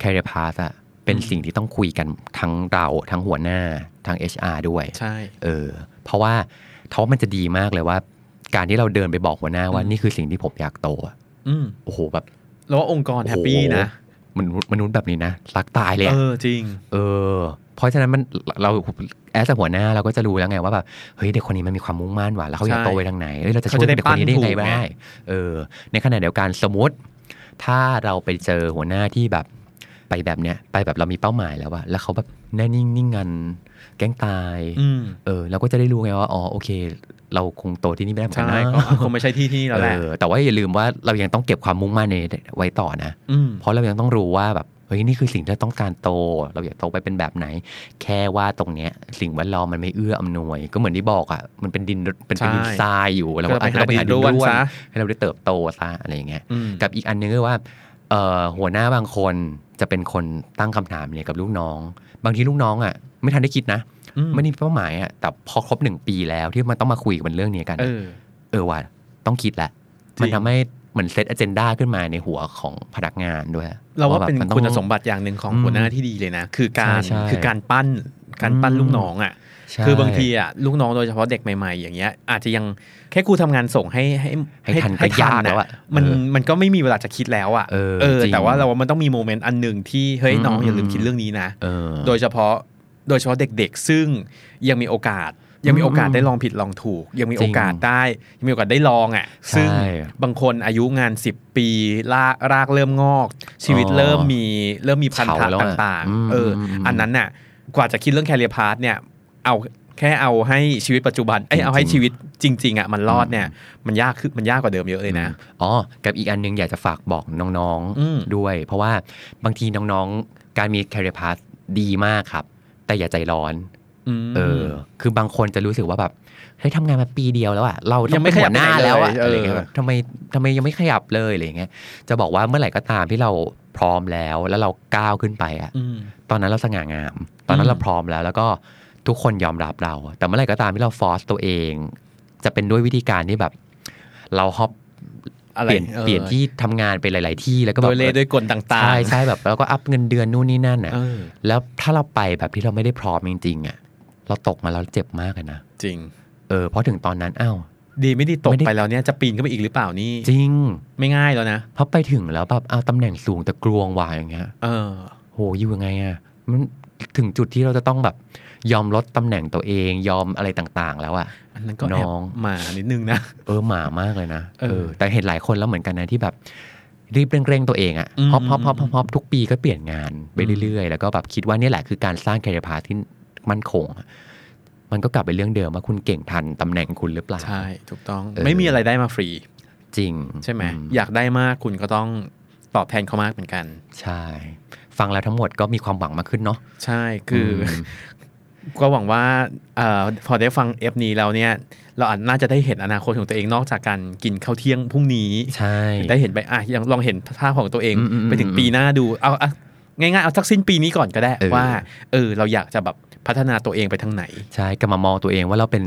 [SPEAKER 3] career path อะเป็นสิ่งที่ต้องคุยกันทั้งเราทั้งหัวหน้าทั้ง HR ด้วย
[SPEAKER 2] ใช่
[SPEAKER 3] เออ เพราะว่าทบว่ามันจะดีมากเลยว่า การที่เราเดินไปบอกหัวหน้าว่านี่คือสิ่งที่ผมอยากโตอะ
[SPEAKER 2] อืม
[SPEAKER 3] โอ้โหแบบ
[SPEAKER 2] แล้วว่าองค์กรแฮปปี้นะ
[SPEAKER 3] โอ้โหมนุษย์มนุษย์แบบนี้นะรักตายเลยอะ
[SPEAKER 2] เออจริง
[SPEAKER 3] เออ เพราะฉะนั้นมันเราแอสหัวหน้าเราก็จะรู้แล้วไงว่าแบบเฮ้ยเด็กคนนี้มันมีความมุ่งมั่นว่ะแล้วเขาอยาก
[SPEAKER 2] ใช่
[SPEAKER 3] โตไปทางไหนเอ้ยเราจะช่
[SPEAKER 2] เขา
[SPEAKER 3] วย
[SPEAKER 2] จะได้
[SPEAKER 3] เด็กคนนี้ได้ยังไง
[SPEAKER 2] ปั้นถูกไง
[SPEAKER 3] บ้างเออ ในขณะเดียวกันสมมติ ถ้าเราไปเจอหัวหน้าที่แบบไปแบบเนี้ยไปแบบเรามีเป้าหมายแล้วว่าแล้วเขาแบบแน่นิ่งนิ่งงันแกล้งตาย
[SPEAKER 2] อืม
[SPEAKER 3] เออเราก็จะได้รู้ไงว่าอ๋อโอเค เราคงโตที่นี่ไม่ได้เหมือนกั
[SPEAKER 2] ใช่
[SPEAKER 3] นนะ
[SPEAKER 2] ก็คงไม่ใช่ที่ที่นี่แล้วแหละ
[SPEAKER 3] เออแต่ว่าอย่าลืมว่าเรายังต้องเก็บความมุ่งมั่นในไว้ต่อนะ
[SPEAKER 2] อืม
[SPEAKER 3] เพราะเรายังต้องรู้ว่าแบบเฮ้ยนี่คือสิ่งที่เราต้องการโต เราอยากโตไปเป็นแบบไหน แค่ว่าตรงเนี้ย สิ่งแวดล้อมมันไม่เอื้ออำนวย ก็เหมือนที่บอกอ่ะมันเป็นดินเป็นเป็นดิน
[SPEAKER 2] ใช่
[SPEAKER 3] ทรายอยู่เรา
[SPEAKER 2] ก็ไปหา
[SPEAKER 3] เราไปหาดิน
[SPEAKER 2] ดินร่ว
[SPEAKER 3] ร่วน น
[SPEAKER 2] ซะ
[SPEAKER 3] ให้เราได้เติบโตซะอะไรอย่างเงี้ย
[SPEAKER 2] อืม
[SPEAKER 3] กับอีกอันนึงก็ว่าเอ่อหัวหน้าบางคนจะเป็นคนตั้งคำถามเนี่ยกับลูกน้อง บางทีลูกน้องอ่ะ ไม่ทันได้คิดนะ
[SPEAKER 2] อื
[SPEAKER 3] ไม่ได้มีเป้าหมายอ่ะแต่พอครบหนึ่งปีแล้วที่มันต้องมาคุยกันเรื่องนี้กัน
[SPEAKER 2] เอ
[SPEAKER 3] อะ
[SPEAKER 2] อ
[SPEAKER 3] เออว่ะต้องคิดแหละ
[SPEAKER 2] จริง
[SPEAKER 3] มันทำให้เหมือนเซตอเจนดาขึ้นมาในหัวของพนักงานด้วย
[SPEAKER 2] เราว่าเป็น
[SPEAKER 3] แบบมัต้อง
[SPEAKER 2] คุณสมบัติอย่างหนึ่งของ
[SPEAKER 3] อืม
[SPEAKER 2] หัวหน้าที่ดีเลยนะ คือการ
[SPEAKER 3] ใช่ใช่
[SPEAKER 2] คือการปั้นการปั้น
[SPEAKER 3] อืม
[SPEAKER 2] ลูกน้องอ่ะ
[SPEAKER 3] ใช่
[SPEAKER 2] คือบางทีอ่ะลูกน้องโดยเฉพาะเด็กใหม่ๆ อย่างเงี้ยอาจจะยังแค่ครูทำงานส่งให้ให้
[SPEAKER 3] ให้ทันก็ยากแล้วอะ
[SPEAKER 2] มัน
[SPEAKER 3] เออ
[SPEAKER 2] มันก็ไม่มีเวลาจะคิดแล้วอ่ะ
[SPEAKER 3] เออจริง
[SPEAKER 2] แต่ว่าเราว่ามันต้องมีโมเมนต์อันหนึ่งที่เฮ้ยน้อง
[SPEAKER 3] อืม
[SPEAKER 2] อย่าลืมคิดเรื่องนี้นะ
[SPEAKER 3] เออ
[SPEAKER 2] โดยเฉพาะโดยเฉพาะเด็กๆ ซึ่งยังมีโอกาส ยังมีโอกาส
[SPEAKER 3] อืม
[SPEAKER 2] ได้ลองผิดลองถูก ยังมี
[SPEAKER 3] จ
[SPEAKER 2] โอ
[SPEAKER 3] ริง
[SPEAKER 2] กาสได้ยังมีโอกาสได้ลองอ่ะ
[SPEAKER 3] ใช่
[SPEAKER 2] ซึ่งบางคนอายุงาน 10 ปีรากรากเริ่มงอก ชีวิต
[SPEAKER 3] อ๋อ
[SPEAKER 2] เริ่มมีเริ่มมีพันธะ
[SPEAKER 3] เฉาแล้วอะ
[SPEAKER 2] ต่าง
[SPEAKER 3] อืม
[SPEAKER 2] ๆเอออ
[SPEAKER 3] ม
[SPEAKER 2] อันนั้นน่ะกว่าจะคิดเรื่องแคริเอร์พาสเนี่ยเอาแค่เอาให้ชีวิตปัจจุบันเอ้ยเอาให้
[SPEAKER 3] จ
[SPEAKER 2] ชี
[SPEAKER 3] ริงๆ
[SPEAKER 2] วิตจริงๆอ่ะมันรอดเนี่ยมันยากขึ้นมันยากกว่าเดิมเยอะเลยนะ
[SPEAKER 3] อ๋อ กับอีกอันหนึงอยากจะฝากบอกน้อง
[SPEAKER 2] อืม
[SPEAKER 3] ด้วย เพราะว่าบางทีน้องๆ การมี career path ดีมากครับ แต่อย่าใจร้อน
[SPEAKER 2] ม
[SPEAKER 3] เออ คือบางคนจะรู้สึกว่าแบบเฮ้ยทำงานมาปีเดียวแล้วอะเราต้
[SPEAKER 2] ยั
[SPEAKER 3] อง ง
[SPEAKER 2] ไม่ข
[SPEAKER 3] ไม่
[SPEAKER 2] ยั
[SPEAKER 3] ขยั
[SPEAKER 2] บบ ไป
[SPEAKER 3] ห
[SPEAKER 2] ไหน
[SPEAKER 3] น้าแล้วอะ
[SPEAKER 2] เลยเอออ
[SPEAKER 3] อะไรเงี้ยแบบทำไมทำไมยังไม่ขยับเลยอะไรเงี้ยจะบอกว่าเมื่อไหร่ก็ตามที่เราพร้อมแล้วแล้วเราก้าวขึ้นไปอะ
[SPEAKER 2] อืม
[SPEAKER 3] ตอนนั้นเราสง่างาม ตอนนั้
[SPEAKER 2] อื
[SPEAKER 3] น
[SPEAKER 2] ม
[SPEAKER 3] เราพร้อมแล้ว แล้วก็ทุกคนยอมรับเรา แต่เมื่อไหร่ก็ตามที่เราฟอร์สตัวเอง จะเป็นด้วยวิธีการที่แบบ เราฮอป
[SPEAKER 2] อะไร
[SPEAKER 3] เปลี่ยน
[SPEAKER 2] ออ
[SPEAKER 3] เปลี่ยนที่ทำงานไปหลาย ๆ ที่แล้วก็แบ
[SPEAKER 2] โด
[SPEAKER 3] บ
[SPEAKER 2] ยเลขด้วยกลต่างๆ
[SPEAKER 3] ใช่ใช่แบบแล้วก็อัพเงินเดือนนู่นนี่นั่นอะ
[SPEAKER 2] เออ
[SPEAKER 3] แล้วถ้าเราไปแบบที่เราไม่ได้พร้อมจริงๆอ่ะเราตกมาแล้วเจ็บมากเลยนะ
[SPEAKER 2] จริง
[SPEAKER 3] เออเพราะถึงตอนนั้นอ้าว
[SPEAKER 2] ดีไม่ดีตกไปแล้วเนี่ยจะปีนขึ้นไปอีกหรือเปล่านี่
[SPEAKER 3] จริง
[SPEAKER 2] ไม่ง่ายแล้วนะ
[SPEAKER 3] เพราะไปถึงแล้วแบบอ้าวตำแหน่งสูงแต่กลวงวายอย่างเงี้ย
[SPEAKER 2] เออ
[SPEAKER 3] โหอยู่ยังไงอ่ะมันถึงจุดที่เราจะต้องแบบยอมลดตำแหน่งตัวเองยอมอะไรต่างๆ แล้วอ่ะ
[SPEAKER 2] อันนั้นก็แอบ
[SPEAKER 3] น้อง
[SPEAKER 2] หมานิดนึงนะ
[SPEAKER 3] เออหมามากเลยนะ
[SPEAKER 2] เออ
[SPEAKER 3] แต่เห็นหลายคนแล้วเหมือนกันนะที่แบบรีบเร่งๆตัวเองอะ
[SPEAKER 2] อืม
[SPEAKER 3] ฮอปฮอปฮอปฮอปฮอปทุกปีก็เปลี่ยนงานไป
[SPEAKER 2] อืม
[SPEAKER 3] เรื่อยๆ แล้วก็แบบคิดว่าเนี่ยแหละคือการสร้างแคริเอร์พาที่มั่นคงอะมันก็กลับไปเรื่องเดิมว่าคุณเก่งทันตำแหน่งคุณหรือเปล่า
[SPEAKER 2] ใช่ถูกต้อง
[SPEAKER 3] เออ
[SPEAKER 2] ไม่มีอะไรได้มาฟรี
[SPEAKER 3] จริง
[SPEAKER 2] ใช่ไหม
[SPEAKER 3] อื
[SPEAKER 2] อยากได้มากคุณก็ต้องตอบแทนเขามากเหมือนกัน
[SPEAKER 3] ใช่ ฟังแล้วทั้งหมดก็มีความหวังมากขึ้นเนาะ
[SPEAKER 2] ใช่คืออ
[SPEAKER 3] ม
[SPEAKER 2] ก็หวังว่าเออพอได้ฟังเอฟนี้แล้วเนี่ย เราอาจน่าจะได้เห็นอนาคตของตัวเองนอกจากการกินข้าวเที่ยงพรุ่งนี้
[SPEAKER 3] ใช่
[SPEAKER 2] ได้เห็นไปอ่ะยังลองเห็นภาพของตัวเอง
[SPEAKER 3] อืมอืมอืม
[SPEAKER 2] ไปถึงปีหน้าดูเอาอ่ะง่ายๆเอาสักสิ้นปีนี้ก่อนก็ได้
[SPEAKER 3] เออ
[SPEAKER 2] ว่าเออเราอยากจะแบบพัฒนาตัวเองไปทางไหน
[SPEAKER 3] ใช่กลับมามองตัวเองว่าเราเป็น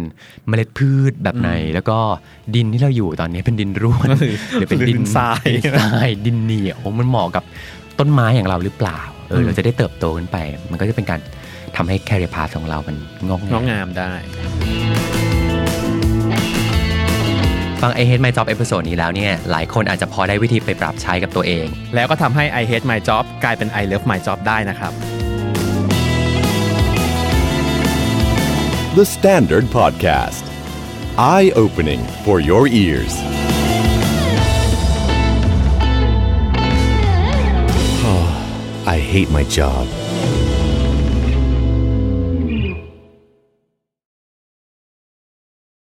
[SPEAKER 3] เมล็ดพืชแบบไหน แล้วก็ดินที่เราอยู่ตอนนี้เป็นดินร่วน
[SPEAKER 2] หรือ
[SPEAKER 3] หรือเป็นดิ
[SPEAKER 2] หรือ
[SPEAKER 3] น
[SPEAKER 2] เป็นทราย
[SPEAKER 3] ดินทรายดินเหนียวมันเหมาะกับต้นไม้อย่างเราหรือเปล่าเออ
[SPEAKER 2] ม
[SPEAKER 3] เราจะได้เติบโตขึ้นไป มันก็จะเป็นการทำให้แคริพาของเรามันงอก
[SPEAKER 2] น้
[SPEAKER 3] งา
[SPEAKER 2] อง
[SPEAKER 3] ม
[SPEAKER 2] งามได้
[SPEAKER 3] ฟัง I Hate My Job เอพิโซดนี้แล้วเนี่ยหลายคนอาจจะพอได้วิธีไปปรับใช้กับตัวเอง
[SPEAKER 2] แล้วก็ทำให้ I hate my job กลายเป็น I love my job ได้นะครับ
[SPEAKER 1] The Standard Podcast. Eye opening for your ears. hate my job.